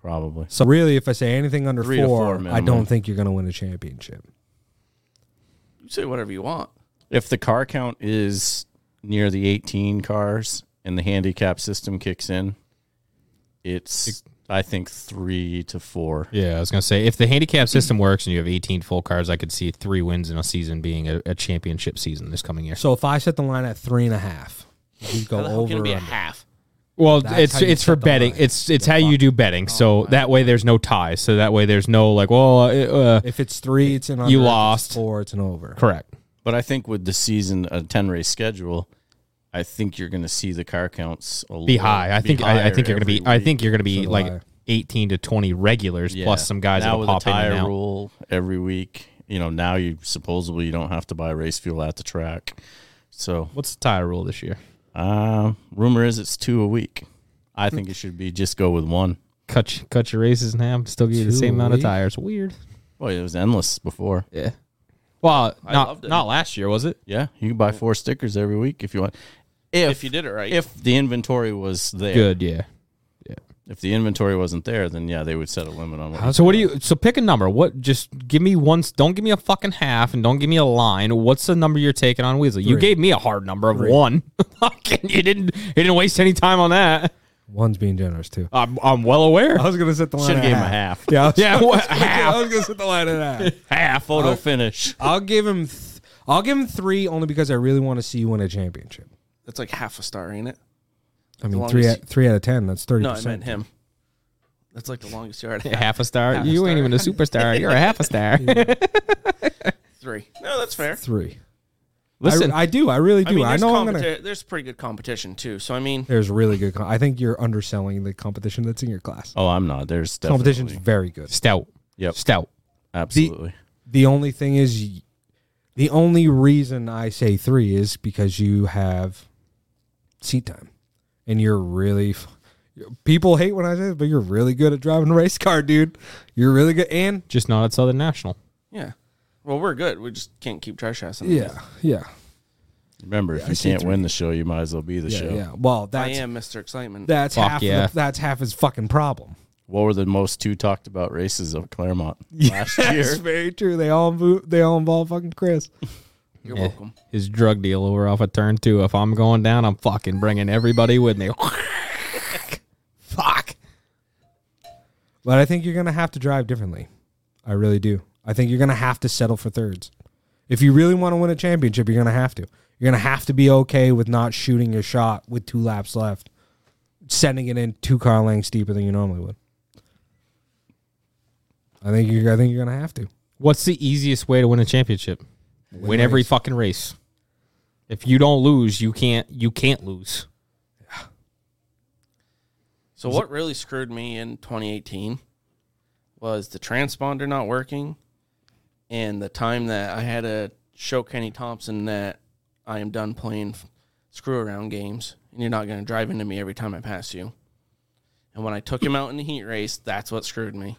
E: probably.
D: So really, if I say anything under
E: Three to
D: four,
E: four
D: I
E: minimum.
D: don't think you're going to win a championship.
F: You say whatever you want.
E: If the car count is near the 18 cars and the handicap system kicks in, it's I think three to four.
B: Yeah, I was gonna say if the handicap system works and you have 18 full cars, I could see three wins in a season being a, a championship season this coming year.
D: So if I set the line at three and a half, you go
F: How the hell
D: over.
F: can it
D: or
F: be a
D: under?
F: half?
B: Well,
D: That's how
B: it's
D: you
B: it's for
D: set the Oh
B: betting.
D: line.
B: It's it's how you do betting. so that way there's no ties. So that way there's no like, well, uh, uh,
D: If it's three, it's an under.
B: You
D: If it's
B: lost.
D: four, it's an over.
B: correct.
E: But I think with the season a 10 race schedule, I think you're going to see the car counts a
B: Be
E: little-
B: high. I
E: be
B: think I, I think
E: higher
B: you're gonna be.
E: every
B: I
E: week.
B: think you're gonna be
D: So
B: like
D: high.
B: 18 to 20 regulars
E: Yeah.
B: plus some guys
E: now
B: that
E: with
B: pop
E: the
B: in and
E: tire
B: out.
E: rule every week. You know now you supposedly you don't have to buy race fuel at the track. So
B: What's the tire rule this year?
E: uh, rumor is it's two a week. I think it should be just go with one.
B: Cut y- cut your races in half, still give you the
D: Two
B: same
D: a
B: amount of
D: week?
B: tires. Weird.
E: Boy, it was endless before.
B: Yeah. Well, not
F: loved it.
B: not last year was it?
E: Yeah, you can buy four stickers every week if you want. If,
F: If you did it right.
E: if the inventory was there,
B: Good. Yeah.
E: if the inventory wasn't there, then yeah, they would set a limit on what.
B: So what do you? So pick a number. What? Just give me one. s- Don't give me a fucking half, and don't give me a line. What's the number you're taking on Weasley? You gave me a hard number of one. Fucking, you didn't. You didn't waste any time on that.
D: One's being generous too.
B: I'm. I'm well aware.
D: I was going to set the line.
E: Should have
D: at
E: gave him a half.
D: Oh, Yeah, I was-
B: Yeah, what-
D: I was going to set the line at half.
E: Half photo finish.
D: I'll give him. Th- I'll give him three only because I really want to see you win a championship.
F: That's like half a star, ain't it?
D: I mean,
F: long
D: three
F: as-
D: out, three out of ten. That's thirty.
F: No, I meant him. That's like the longest yard.
B: half a star.
F: Half a
B: you ain't
F: star.
B: even a superstar. You're a half a star.
F: Three. No, that's fair.
D: Three.
B: Listen,
D: I, I do. I really do.
F: I
D: I,
F: mean, there's,
D: know. I'm
F: competi-
D: gonna.
F: there's pretty good competition too. So I mean,
D: There's really good. Com- I think you're underselling the competition that's in your class.
E: Oh, I'm not. There's
D: Competition's
E: definitely-
D: very good.
B: stout.
E: Yep.
B: Stout.
E: Absolutely.
D: The only thing is, y- the only reason I say three is because you have seat time, and you're really. f- People hate when I say this, but you're really good at driving a race car, dude. You're really good, and
B: Just not at Southern National.
F: yeah. Well, we're good. We just can't keep trash assing. them.
D: yeah, yeah,
E: Remember, if
D: I
E: you
D: see
E: can't
D: three.
E: win the show, you might as well be the
D: yeah,
E: show.
D: yeah. Well,
F: I
D: that's
F: am Mr. Excitement.
D: that's
B: Fuck
D: half.
B: yeah.
D: The, that's half his fucking problem.
E: What were the most two talked about races of Claremont last year?
D: That's very true. They all invo- they all involve fucking Chris.
F: You're welcome.
B: His drug deal over off of turn two. If I'm going down, I'm fucking bringing everybody with me. Fuck.
D: But I think you're gonna have to drive differently. I really do. I think you're gonna have to settle for thirds. If you really want to win a championship, you're gonna have to. You're gonna have to be okay with not shooting your shot with two laps left, sending it in two car lengths deeper than you normally would. I think you. I think you're gonna have to.
B: What's the easiest way to win a championship? Win, every fucking race. If you don't lose, you can't. You can't lose.
F: So what really screwed me in 2018 was the transponder not working, and the time that I had to show Kenny Thompson that I am done playing f- screw around games, and you're not going to drive into me every time I pass you. And when I took him out in the heat race, that's what screwed me.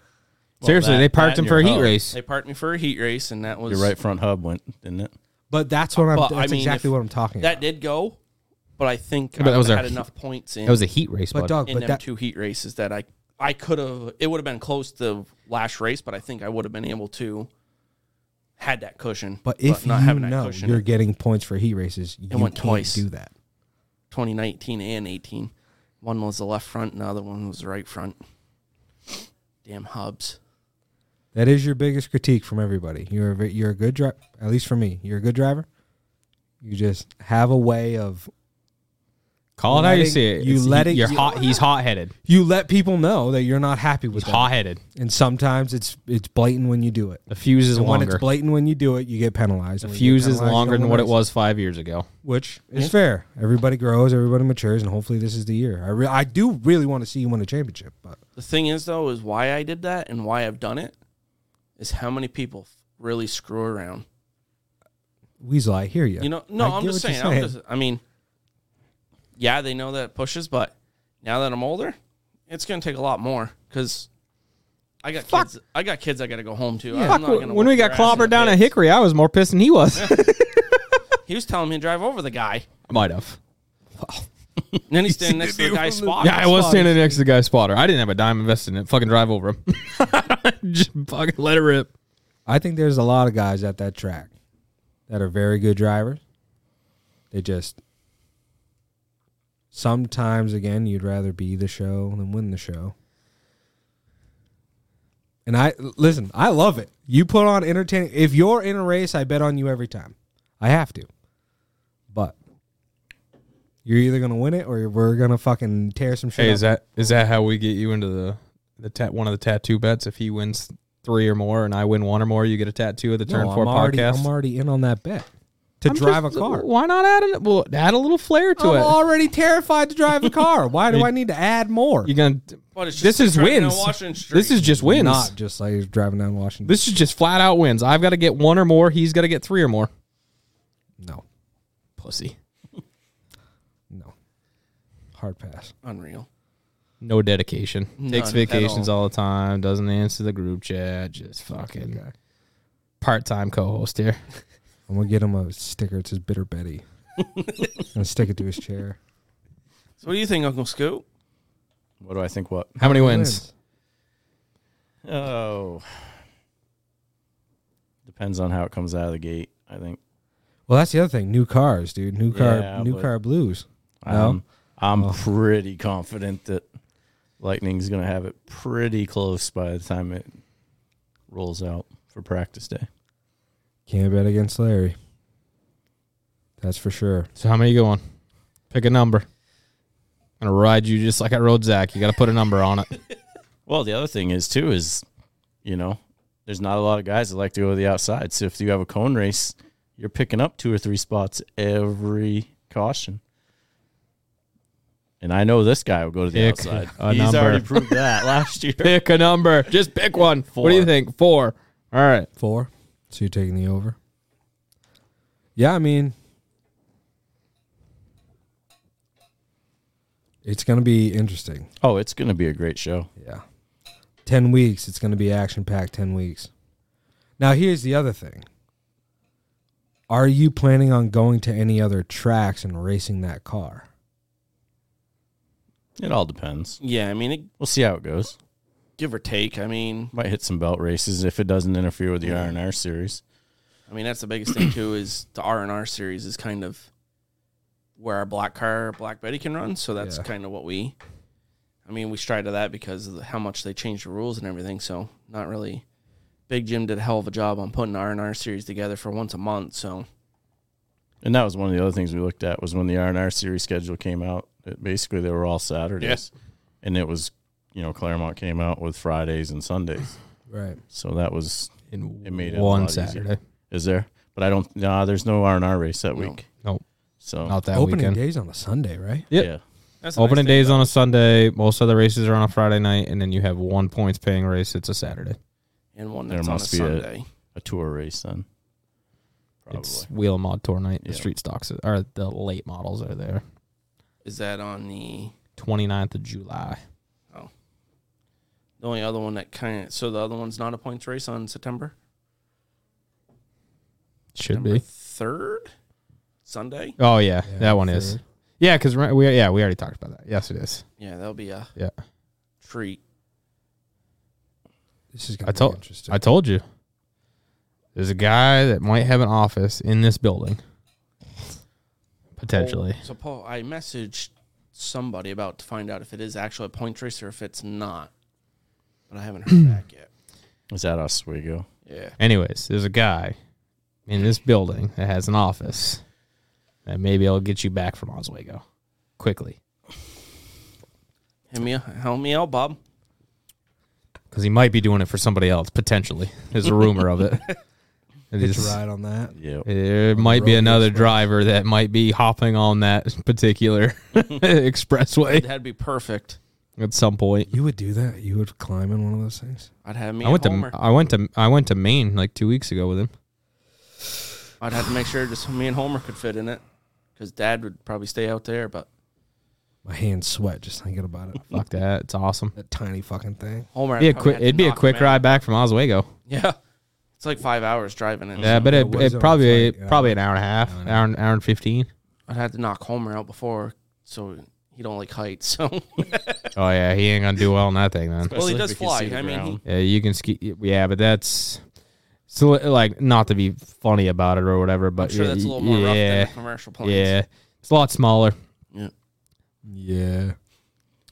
B: Seriously,
E: that-
B: they parked
E: that
B: him
E: and
B: for a
E: your
B: heat
E: hub.
B: race.
F: They parked me for a heat race, and that was
E: Your right front hub went, didn't it?
D: But that's what I'm.
F: Uh, But, I
D: that's
F: mean,
D: exactly
F: if
D: what I'm talking
F: That did go, But I think
B: But that
F: I
B: was
F: was
B: our
F: had
B: heat-
F: enough points in
B: That was a heat race,
D: But
B: bud.
D: dog,
F: in
D: but
F: them
D: that
F: two heat races that I I could have it would have been close to last race, but I think I would have been able to had that cushion.
D: but if
F: not
D: you
F: having that
D: know
F: cushion
D: you're getting points for heat races, you
F: went
D: can't
F: twice.
D: do that.
F: 2019 and 18. One was the left front and the other one was the right front. Damn hubs.
D: That is your biggest critique from everybody. You're a, ve- you're a good driver, at least for me. You're a good driver. You just have a way of
B: Call it how you
D: letting-
B: see it.
D: you
B: It's- he-
D: letting-
B: you're
D: you-
B: hot. He's hot headed.
D: you let people know that you're not happy
B: He's
D: with them.
B: hot headed.
D: And sometimes it's it's blatant when you do it.
B: The fuse is
D: And when it's
B: longer.
D: blatant when you do it, you get penalized.
B: The
D: And when you get
B: fuse is
D: penalized, you
B: longer
D: don't
B: than what it
D: race.
B: was five years ago.
D: which is fair. Everybody grows, everybody matures, and hopefully this is the year. I re- I do really want to see you win a championship, but
F: The thing is though is why I did that and why I've done it is how many people really screw around.
D: Weasel, I hear you.
F: You know, no,
D: I
F: I'm
D: get
F: just
D: what
F: saying,
D: you're
F: I'm just I mean yeah, they know that it pushes, but now that I'm older, it's going to take a lot more cuz I got kids I got kids I got to go home to. I'm not gonna
B: when
F: whip
B: we got
F: their ass in the
B: clobbered down at
F: pits.
B: Hickory, I was more pissed than he was.
F: He was telling me to drive over the guy.
B: Might have.
F: And then he's standing next to the guy's spot.
B: Yeah, I was standing next to the guy's spotter. I didn't have a dime invested in it. Fucking drive over him. Just fucking let it rip.
D: I think there's a lot of guys at that track that are very good drivers. They just sometimes again you'd rather be the show than win the show. And I listen, I love it. You put on entertaining if you're in a race, I bet on you every time. I have to. But you're either gonna win it or we're gonna fucking tear some shit.
B: Hey,
D: up.
B: is that is that how we get you into the the tat one of the tattoo bets? If he wins three or more, and I win one or more, you get a tattoo of the
D: No,
B: Turn Four
D: I'm already,
B: podcast.
D: I'm already in on that bet to
B: I'm
D: drive
B: just-
D: a car.
B: Why not add a well, add a little flair to
D: I'm
B: it?
D: already terrified to drive a car. Why do I need to add more?
B: You're gonna.
F: But it's just
B: This is
F: driving down
B: wins.
F: Washington Street.
B: This is just wins.
D: Not just like driving down Washington.
B: This is just flat out wins. I've got to get one or more. He's got to get three or more.
D: no,
B: Pussy.
D: no, hard pass.
F: unreal.
B: No dedication. Takes
F: None at
B: vacations
F: all.
B: all the time. Doesn't answer the group chat. Just fucking
D: Okay.
B: part time co host here.
D: I'm gonna get him a sticker. It says "Bitter Betty." and stick it to his chair.
F: So what do you think, Uncle Scoot?
E: What do I think? What?
B: How many wins?
E: Oh, depends on how it comes out of the gate. I think.
D: Well, that's the other thing. New cars, dude. New car,
E: Yeah,
D: new
E: but-
D: car blues. No?
E: Um, I'm
B: Oh.
E: pretty confident that Lightning's going to have it pretty close by the time it rolls out for practice day.
D: Can't bet against Larry. That's for sure.
B: So how many you going? Pick a number. I'm gonna ride you just like I rode Zach. You got to put a number on it.
E: Well, the other thing is too is, you know, there's not a lot of guys that like to go to the outside. So if you have a cone race, you're picking up two or three spots every caution. And I know this guy will go to the
B: Pick
E: outside.
B: a
E: He's
B: number.
E: already proved that last year.
B: Pick a number. Just pick one. What do you
E: Four.
B: think? Four. All right.
D: Four. So you're taking the over. Yeah, I mean, it's gonna be interesting.
E: Oh, it's going to be a great show.
D: Yeah. 10 weeks. It's going to be action packed 10 weeks. Now, here's the other thing Are you planning on going to any other tracks and racing that car?
E: It all depends.
F: Yeah, I mean, it,
E: We'll see how it goes.
F: give or take. I mean,
E: Might hit some belt races if it doesn't interfere with the R and R series.
F: I mean that's the biggest thing too is the R and R series is kind of where our black car, Black Betty can run. So that's
D: Yeah.
F: kind of what we. I mean, we strive to that because of how much they changed the rules and everything. So not really. Big Jim did a hell of a job on putting R and R series together for once a month. So
E: And that was one of the other things we looked at was when the R and R series schedule came out. It, basically, they were all Saturdays, and it was you know Claremont came out with Fridays and Sundays.
D: Right.
E: So that was
B: In
E: It made it a
B: one
E: lot easier.
B: Saturday.
E: is there, but I don't. Nah, there's no R and R race that
F: No.
E: week.
B: Nope.
E: So
B: Not that
D: Opening
B: weekend.
D: days on a Sunday, right?
B: Yep.
E: yeah,
F: that's the nice eh?
B: Opening
F: thing
B: days on a Sunday. Most other races are on a Friday night, and then you have one points paying race. It's a Saturday.
F: and one
E: There
F: that's on a
E: must be a-
F: Sunday.
E: a tour race then. Probably.
B: It's wheel mod tour night. The
E: Yeah.
B: street stocks are the late models are there.
F: Is that on the
B: 29th of July.
F: the only other one that kind of so the other one's not a points race on September
B: Should
F: September
B: be.
F: third Sunday.
B: Oh yeah,
D: Yeah,
B: that one is.
D: third.
B: Yeah, because we yeah we already talked about that. Yes, it is.
F: Yeah, that'll be a
B: Yeah,
F: treat.
D: This is
B: I
D: gonna be
B: told
D: interesting.
B: I told you. There's a guy that might have an office in this building, potentially.
F: So Paul, I messaged somebody about to find out if it is actually a point trace or if it's not, but I haven't heard back yet.
E: Is that Oswego?
F: Yeah.
B: Anyways, there's a guy in this building that has an office that maybe I'll get you back from Oswego quickly
F: Hit me, help me out, Bob.
B: because he might be doing it for somebody else potentially. There's a rumor of it. It
D: Hitch
B: is-
D: a ride on that.
E: Yeah.
B: There might be
D: road
B: another driver that might be hopping on that particular expressway
F: That'd be perfect.
B: at some point.
D: You would do that? You would climb in one of those things?
F: I'd have me.
B: I went
F: and Homer.
B: to I went to I went to Maine like two weeks ago with him.
F: I'd have to make sure just me and Homer could fit in it, because Dad would probably stay out there. But
D: My hands sweat just thinking about it.
B: Fuck that, it's awesome.
D: that tiny fucking thing.
F: Homer, I'd
B: Be a
F: probably
B: quick,
F: have to
B: it'd be a
F: knock him
B: quick
F: out.
B: ride back from Oswego.
F: Yeah, it's like five hours driving in.
B: Yeah,
F: so
B: but
D: yeah,
B: it,
D: what is
B: it
D: it uh, on
B: probably
D: flight? Yeah.
B: probably an hour and a half, hour and, hour and fifteen.
F: I'd have to knock Homer out before, so he don't like heights. So
B: Oh yeah, he ain't gonna do well in that thing, man.
F: well, he
E: Especially
F: does
E: if can
F: fly.
E: see the
F: I mean, he-
E: ground.
B: Yeah, you can ski. Yeah, but that's so like not to be funny about it or whatever, but
F: I'm sure
B: yeah,
F: that's a little more rough
B: yeah,
F: than the commercial planes.
B: yeah, it's a lot smaller.
F: yeah.
D: Yeah.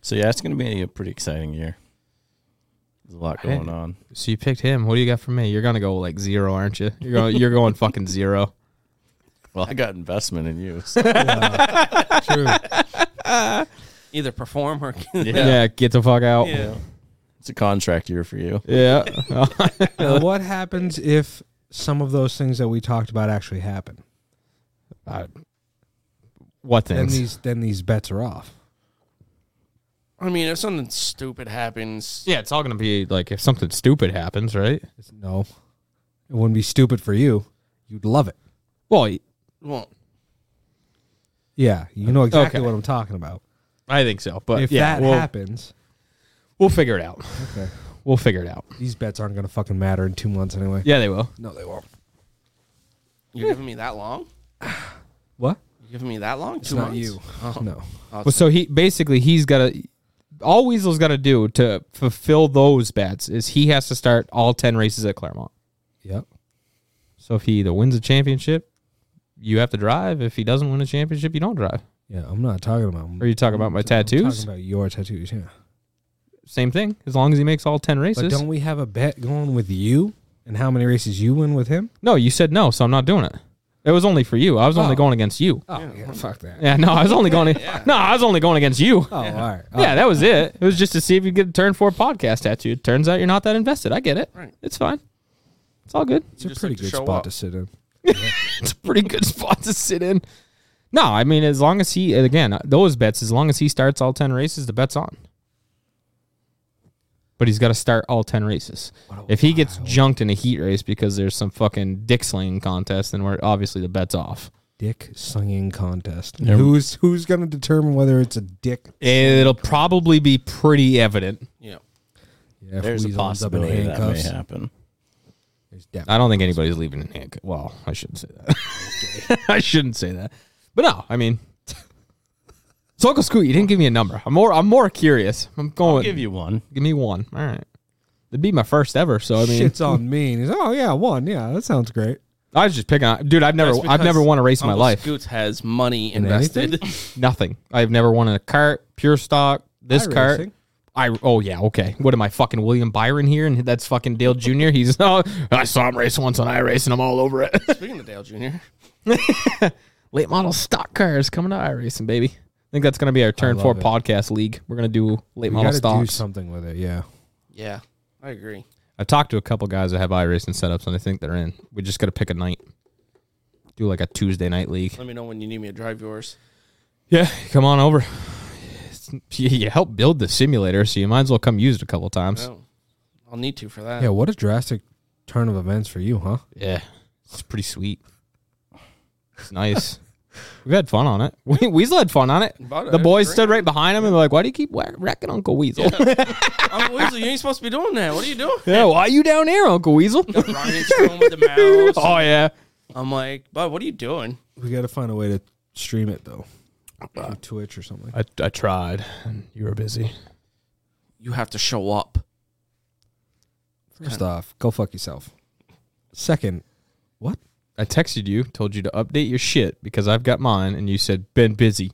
E: So yeah, it's going to be a pretty exciting year. There's a lot going on.
B: So you picked him. What do you got for me? You're gonna go like zero, aren't you? You're going, you're going fucking zero.
E: Well, I got investment in you. so-
D: True.
F: Either perform or
B: Yeah. get the fuck out. Uh, Yeah.
E: It's a contract year for you.
D: now, what happens if some of those things that we talked about actually happen?
B: Uh, what
D: Then
B: things?
D: these then these bets are off.
F: I mean, if something stupid happens,
B: yeah, it's all gonna be like if something stupid happens, right?
D: It's- no. It wouldn't be stupid for you. You'd love it.
B: Well, y-
F: well,
D: Yeah, you know exactly
B: Okay.
D: what I'm talking about.
B: I think so, but
D: If
B: yeah,
D: that
B: we'll,
D: happens,
B: we'll figure it out.
D: okay.
B: We'll figure it out.
D: These bets aren't going to fucking matter in two months anyway.
B: Yeah, they will.
D: No, they won't.
F: you're giving me that long.
D: What? Oh.
F: You're giving me that long.
D: It's
F: Two
D: not
F: months?
D: you. No.
B: Well, so he basically he's got to all Weasel's got to do to fulfill those bets is he has to start all ten races at Claremont.
D: Yep.
B: So if he either wins a championship, you have to drive. If he doesn't win a championship, you don't drive.
D: Yeah, I'm not talking about.
B: Are you talking about my
D: I'm
B: tattoos?
D: talking about your tattoos, yeah.
B: Same thing. As long as he makes all ten
D: But
B: races.
D: don't we have a bet going with you and how many races you win with him?
B: No, you said no, so I'm not doing it. It was only for you. I was only
D: Oh.
B: going against you.
D: Oh, yeah, fuck that.
B: Yeah, no, I was only going. No, I was only going against you.
D: Oh, all right.
B: Yeah, that was it. It was just to see if you get a turn four podcast tattoo. Turns out you're not that invested. I get it.
F: Right.
B: It's fine. It's all good.
D: It's a
F: just
D: pretty
F: like to
D: good
F: show
D: spot
F: up.
D: to sit in.
B: It's a pretty good spot to sit in. No, I mean, as long as he, again, those bets, as long as he starts all 10 races, the bet's on. But he's got to start all 10 races. If he gets junked in a heat race because there's some fucking dick slinging contest, then we're obviously the bet's off.
D: Dick singing contest. Who's who's going to determine whether it's a dick?
B: It'll probably be pretty evident.
F: Yeah.
D: Yeah, if
E: There's a
D: Weasel ends up in
E: possibility that may
D: handcuffs,
E: happen.
D: there's depth.
B: I don't think anybody's leaving in handcuffs. Well, I shouldn't say that. I shouldn't say that. But no, I mean, so Uncle Scoot, you didn't give me a number. I'm more. I'm more curious. I'm going.
E: I'll give you one.
B: Give me one. All right. That'd be my first ever. So I mean,
D: Shit's on me. And he's oh yeah, one. Yeah, that sounds great.
B: I was just picking. On, dude, I've never.
F: That's
B: I've never
F: because
B: won a race in my
F: Uncle
B: life.
F: Scoots has money
D: In
F: invested.
B: Nothing. I've never won in a cart, pure stock. This cart.
D: iRacing.
B: I oh yeah okay. What am I fucking William Byron here? And that's fucking Dale Jr. He's oh I saw him race once on iRace and I'm all over it.
F: Speaking of Dale Jr.,
B: late model stock cars coming to iRacing, baby. I think that's going to be our turn
D: love
B: four
D: it.
B: podcast league. We're going to do late
D: We
B: model
D: got to do
B: stocks.
D: something with it. Yeah.
F: yeah, I agree.
B: I've talked to a couple guys that have iRacing setups, and I think they're in. We just got to pick a night. Do like a Tuesday night league.
F: Let me know when you need me to drive yours.
B: Yeah, come on over. It's- You you helped build the simulator, so you might as well come use it a couple times.
F: No, I'll need to for that.
D: Yeah. What a drastic turn of events for you, huh?
B: Yeah, it's pretty sweet. It's nice. We've had fun on it. We, Weasel had fun on it.
F: About it,
B: The
F: I
B: boys
F: agree.
B: stood right behind him and were like, "Why do you keep whack- wrecking Uncle Weasel? Yeah,
F: Uncle Weasel, you ain't supposed to be doing that. What are you doing?
B: why are you down here, Uncle Weasel?"
F: Ryan's going with the mouse.
B: oh yeah.
F: I'm like, bud, what are you doing?
D: We got to find a way to stream it though. through Twitch or something.
B: I, I tried. and You were busy.
F: You have to show up.
D: First off, go fuck yourself. Second, what?
B: I texted you, told you to update your shit because I've got mine, and you said been busy.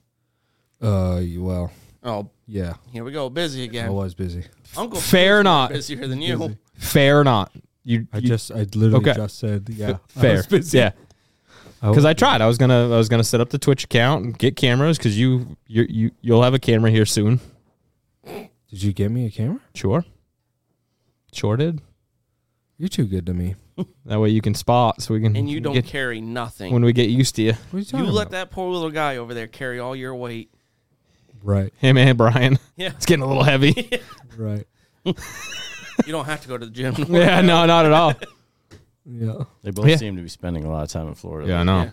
D: Uh, you- well,
F: Oh,
D: yeah,
F: here we go. Busy
D: I
B: Oh,
F: again.
D: was busy.
F: Uncle
B: Fair or not,
F: busier than you.
B: fair or not. You,
D: I
B: you-
D: just, I literally
B: Okay.
D: just said, yeah,
B: fair,
D: I was busy.
B: yeah. Because I tried. I was gonna, I was gonna set up the Twitch account and get cameras because you, you, you, you'll have a camera here soon.
D: did you get me a camera?
B: Sure, sure did.
D: You're too good to me.
B: That way you can spot, so we can.
F: And you don't
B: get,
F: carry nothing.
B: when we get used to you.
D: What are you talking
F: you let
D: about?
F: that poor little guy over there carry all your weight.
D: Right,
B: Him and Brian.
F: Yeah.
B: It's getting a little heavy.
D: right.
F: You don't have to go to the gym.
B: yeah, no, not at all.
D: Yeah.
E: They both
B: Yeah.
E: seem to be spending a lot of time in Florida.
B: Yeah, I know.
F: Yeah.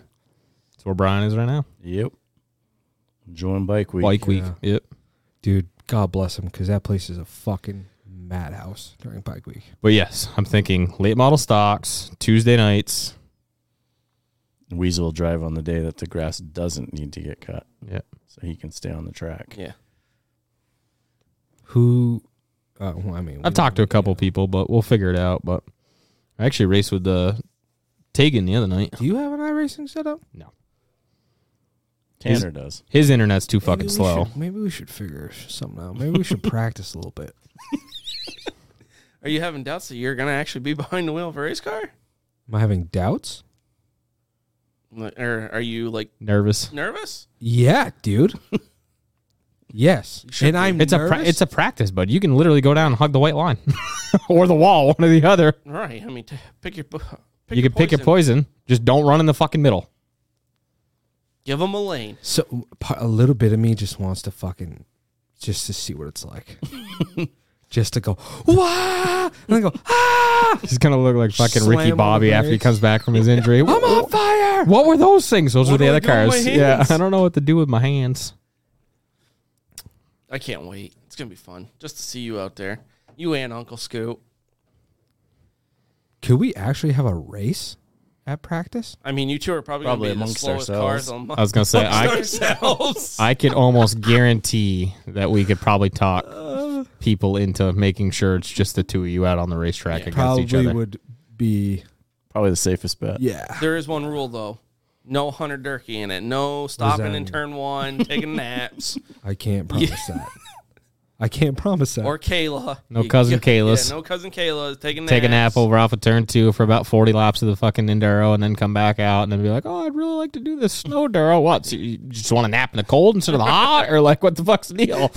B: That's where Brian is right now.
E: Yep. Enjoying bike week.
B: Bike week.
D: Yeah.
B: Yep.
D: Dude, God bless him because that place is a fucking madhouse during bike week.
B: But yes, I'm thinking late model stocks, Tuesday nights.
E: Weasel will drive on the day that the grass doesn't need to get cut,
B: Yeah.
E: so he can stay on the track.
F: Yeah.
D: Who? Uh, well, I mean,
B: I've talked to a couple people, but we'll figure it out. But I actually raced with the Tegan the other night.
D: Do you have an iRacing setup?
E: Tanner does.
B: His internet's too
D: Maybe
B: fucking
D: we
B: slow.
D: should- maybe we should figure something out. Maybe we should practice a little bit.
F: Are you having doubts that you're going to actually be behind the wheel of a race car?
D: Am I having doubts?
F: Like, Or are you like
B: Nervous.
F: nervous?
D: Yeah, dude. yes, and
F: should be.
D: I'm
B: It's a pra-
D: nervous.
B: it's a practice, bud. You can literally go down and hug the white line or the wall, one or the other.
F: Right. I mean, t- pick your. po- Pick
B: you can pick your poison. Just don't run in the fucking middle.
F: Give them a lane.
D: so pa- a little bit of me just wants to fucking just to see what it's like, just to go wah, and I go ah,
B: He's gonna look like fucking
D: Slam
B: Ricky
D: on
B: Bobby
D: the
B: after he
D: brakes.
B: comes back from his injury.
D: I'm on fire.
B: What were those things? Those were
F: What
B: the
F: do I
B: other
F: do with my
B: cars. Yeah,
F: hands?
B: I don't know what to do with my hands.
F: I can't wait. It's going to be fun just to see you out there. You and Uncle Scoot.
D: Could we actually have a race at practice?
F: I mean, you two are probably,
E: Probably
F: going to be the
E: amongst
F: slowest
E: ourselves.
F: cars on
B: I was gonna say I
F: ourselves.
B: I could almost guarantee that we could probably talk people into making sure it's just the two of you out on the racetrack against each
D: Probably
B: other.
D: would be
E: Probably the safest bet.
D: yeah.
F: There is one rule though. No hunter turkey in it. No stopping in
D: mean?
F: turn one, taking naps,
D: I can't promise that. I can't promise that.
F: or Kayla.
B: No cousin Kayla's.
F: Yeah, no cousin Kayla's taking naps.
B: Take a nap over off of turn two for about forty laps of the fucking enduro, and then come back out and then be like, "Oh, I'd really like to do this snow duro. What? So you just want to nap in the cold instead of the hot, or like what the fuck's the deal?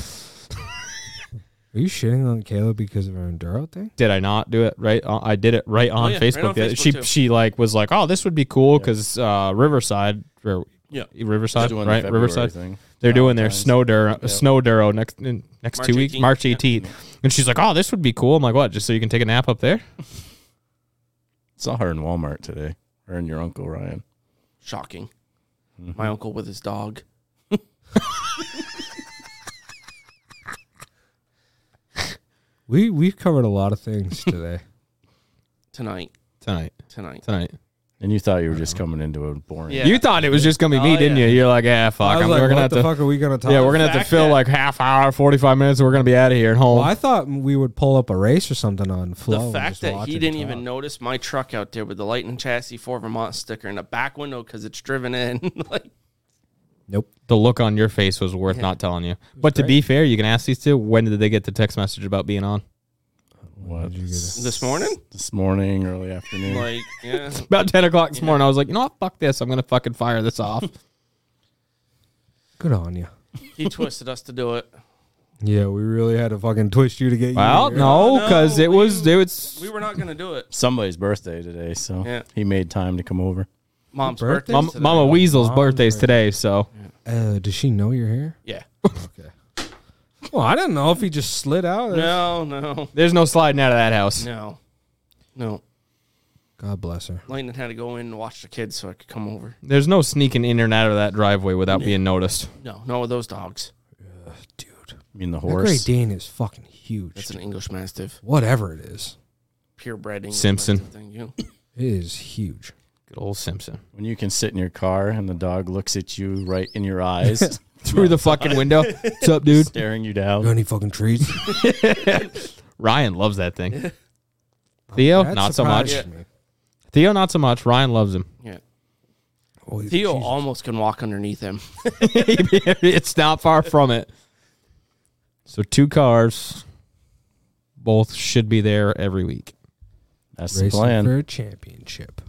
D: Are you shitting on Caleb because of her enduro thing?
B: did I not do it right? on- I did it right on
F: Oh, yeah, right
B: Facebook.
F: on
B: the-
F: Facebook,
B: she
F: too.
B: she like was like, oh, this would be cool because uh, Riverside, or,
F: Yeah.
B: Riverside,
E: doing the
B: right?
E: February
B: Riverside.
E: thing.
B: They're doing their
E: Valentine's.
B: snow duro, snow duro next in, next two
F: March
B: weeks,
F: 18th,
B: March
F: yeah.
B: eighteenth. And she's like, oh, this would be cool. I'm like, what? Just so you can take a nap up there?
E: Saw her in Walmart today. Her and your uncle Ryan.
F: Shocking. My uncle with his dog.
D: We we've covered a lot of things today.
F: Tonight.
B: Tonight,
F: Tonight.
B: tonight.
E: And you thought you were just
B: Uh-huh.
E: coming into a boring.
F: Yeah.
B: You thought it was just gonna be me,
F: Oh,
B: didn't
F: yeah.
B: you? You're like, yeah, fuck.
D: I was
B: I'm-
D: like,
B: we're gonna
D: what
B: have
D: the
B: to.
D: fuck are we gonna talk?
B: Yeah, we're gonna have to
F: fact
B: fill
F: that-
B: like half hour, forty five minutes, and we're gonna be out of here and home.
D: Well, I thought we would pull up a race or something on
F: The
D: flow. and
F: fact
D: just
F: that
D: watch
F: he
D: and
F: didn't
D: talk.
F: even notice my truck out there with the Lightning chassis for Vermont sticker in the back window because it's driven in. like,
D: Nope.
B: the look on your face was worth not telling you. But to be fair, you can ask these two. When did they get the text message about being on?
E: What?
F: this morning?
E: This morning, early afternoon.
F: Like, yeah.
B: About ten o'clock this morning, I was like, you know what? Fuck this. I'm gonna fucking fire this off.
D: Good on you.
F: He twisted us to do it.
D: Yeah, we really had to fucking twist you to get
B: well,
D: you.
B: no,
F: Oh, No,
B: because it
F: we-
B: was it was
F: We were not going to do it.
E: Somebody's birthday today, so
F: Yeah.
E: he made time to come over.
F: Mom's
D: Birthday?
F: birthday.
B: Mama, Mama Weasel's
D: Mom's
B: birthday's today, so
D: Uh, does she know you're here?
F: Yeah.
D: Okay. Well, I don't know if he just slid out.
F: No, no,
B: there's no sliding out of that house.
F: no, no.
D: God bless her.
F: Lightning had to go in and watch the kids so I could come over.
B: There's no sneaking in and out of that driveway without being noticed.
F: No, no, those dogs.
D: Dude,
E: I mean, the
D: that Great
E: horse.
D: Dane is fucking huge.
F: That's an English Mastiff,
D: Whatever it is,
F: purebred English
B: Simpson.
F: Mastiff, thank you. Oh.
D: it is huge.
B: Good old Simpson.
E: When you can sit in your car and the dog looks at you right in your eyes,
B: Through the fucking window. What's up, dude?
E: staring you
D: Got
E: down.
D: any fucking treats?
B: Ryan loves that thing. Theo,
D: That
B: not so much.
D: surprised me.
B: Theo, not so much. Ryan loves him.
F: Yeah.
D: Holy
F: Theo
D: Jesus.
F: almost can walk underneath him.
B: it's not far from it. So two cars, both should be there every week.
E: That's the
D: Racing
E: plan.
D: for a championship.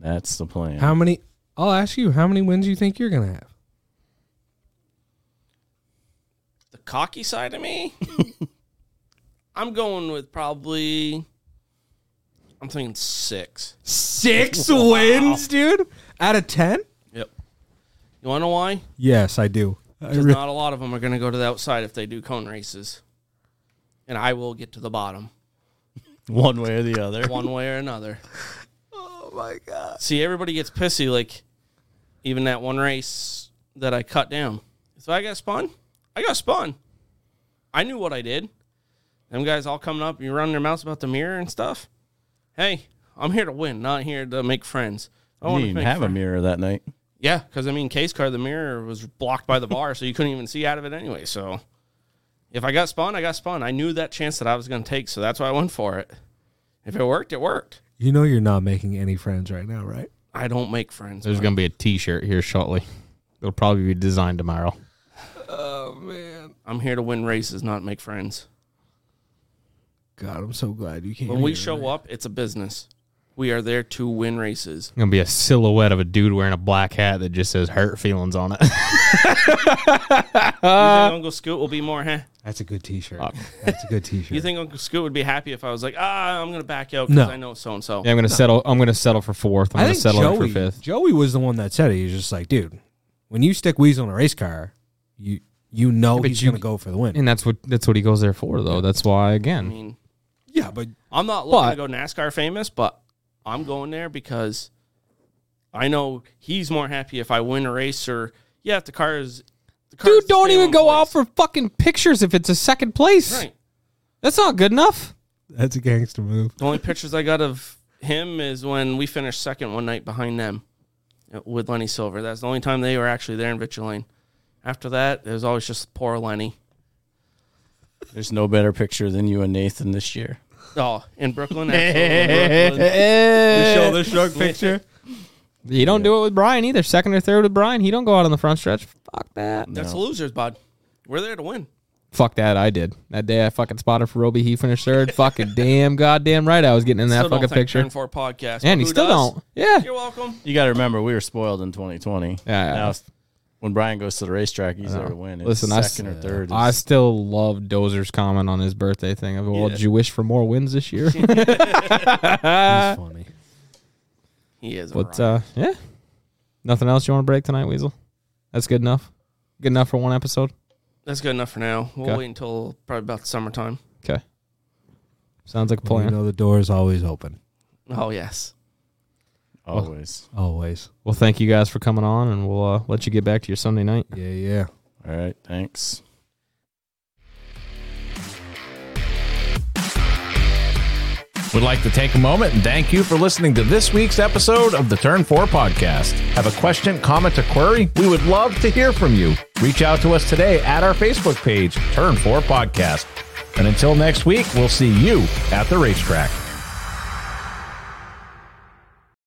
E: That's the plan.
D: How many? I'll ask you. How many wins you think you're gonna have?
F: the cocky side of me, I'm going with probably. I'm thinking six.
D: Six wins, dude, out of ten.
F: Yep. You want to know why?
D: Yes, I do. I
F: Because
D: re-
F: not a lot of them are going to go to the outside if they do cone races, and I will get to the bottom
E: One way or the other.
F: one way or another.
D: oh my god!
F: See, everybody gets pissy. Like even that one race that I cut down. So I got spun. I got spun. I knew what I did. Them guys all coming up, you running their mouths about the mirror and stuff. Hey, I'm here to win, not here to make friends. I
E: You
F: want
E: didn't
F: to
E: even
F: make
E: have a
F: friends.
E: mirror that night.
F: Yeah, because I mean, case car, the mirror was blocked by the bar, so you couldn't even see out of it anyway. So if I got spun, I got spun. I knew that chance that I was going to take, so that's why I went for it. If it worked, it worked.
D: You know you're not making any friends right now, right?
F: I don't make friends.
B: There's gonna be a T-shirt here shortly. It'll probably be designed tomorrow.
F: I'm here to win races, not make friends.
D: God, I'm so glad you came.
F: When we show up, it's a business. We are there to win races.
B: It's gonna be a silhouette of a dude wearing a black hat that just says "hurt feelings" on it. Uh,
F: you think Uncle Scoot will be more, huh?
D: That's a good T-shirt. That's a good T-shirt.
F: You think Uncle Scoot would be happy if I was like, ah, I'm going to back out because
D: No.
F: I know so and so.
B: yeah, I'm gonna settle. I'm gonna settle for fourth. I'm
D: I
B: gonna
D: think
B: settle in
D: Joey,
B: for fifth.
D: Joey was the one that said it. He was just like, dude, when you stick Weasel in a race car, you you know
B: but
D: he's
B: you-
D: gonna go for the win.
B: And that's what that's what he goes there for, though. That's why
F: I
B: again,
F: mean,
D: yeah, but
F: I'm not
B: But-
F: looking to go NASCAR famous, but I'm going there because I know he's more happy if I win a race or, yeah, if the car is. The car
B: dude, don't even go out for fucking pictures if it's a second place.
F: Right.
B: That's not good enough.
D: that's a gangster move.
F: The only pictures I got of him is when we finished second one night behind them uh, with Lenny Silver. That's the only time they were actually there in Vitulane. After that, it was always just poor Lenny.
E: There's no better picture than you and Nathan this year.
F: Oh, in Brooklyn. absolutely, Brooklyn.
B: Eh.
D: Shoulder shrug picture.
B: You don't do it with Brian either. Second or third with Brian, he don't go out on the front stretch. Fuck that.
F: That's the losers, bud. We're there to win.
B: Fuck that. I did that day. I fucking spotted for Roby. He finished third. fucking damn goddamn right. I was getting in that
F: Still don't
B: fucking
F: thank
B: picture.
F: Turn Four podcast. but
B: And he
F: who
B: still
F: does?
B: don't. Yeah.
F: You're welcome.
E: You got to remember, we were spoiled in 2020.
B: Yeah.
E: Now, when Brian goes to the racetrack, he's there to win. It's
B: Listen, I s-
E: second or third.
B: I
E: is-
B: still love Dozer's comment on his birthday thing of, "Well, did you wish for more wins this year?" Uh,
D: That's funny.
F: He is.
B: but
F: But,
B: uh, yeah, nothing else you want to break tonight, Weasel? That's good enough. Good enough for one episode.
F: That's good enough for now. We'll
B: Okay.
F: wait until probably about the summertime.
B: Okay. Sounds like a
D: Well,
B: plan.
D: you know the door is always open.
F: Oh yes.
B: oh.
E: always.
D: Always.
B: Well, thank you guys for coming on, and we'll uh, let you get back to your Sunday night.
D: Yeah, yeah.
E: All right. Thanks.
A: Would like to take a moment and thank you for listening to this week's episode of the Turn 4 podcast. Have a question, comment, or query? We would love to hear from you. Reach out to us today at our Facebook page, Turn 4 Podcast. And until next week, we'll see you at the racetrack.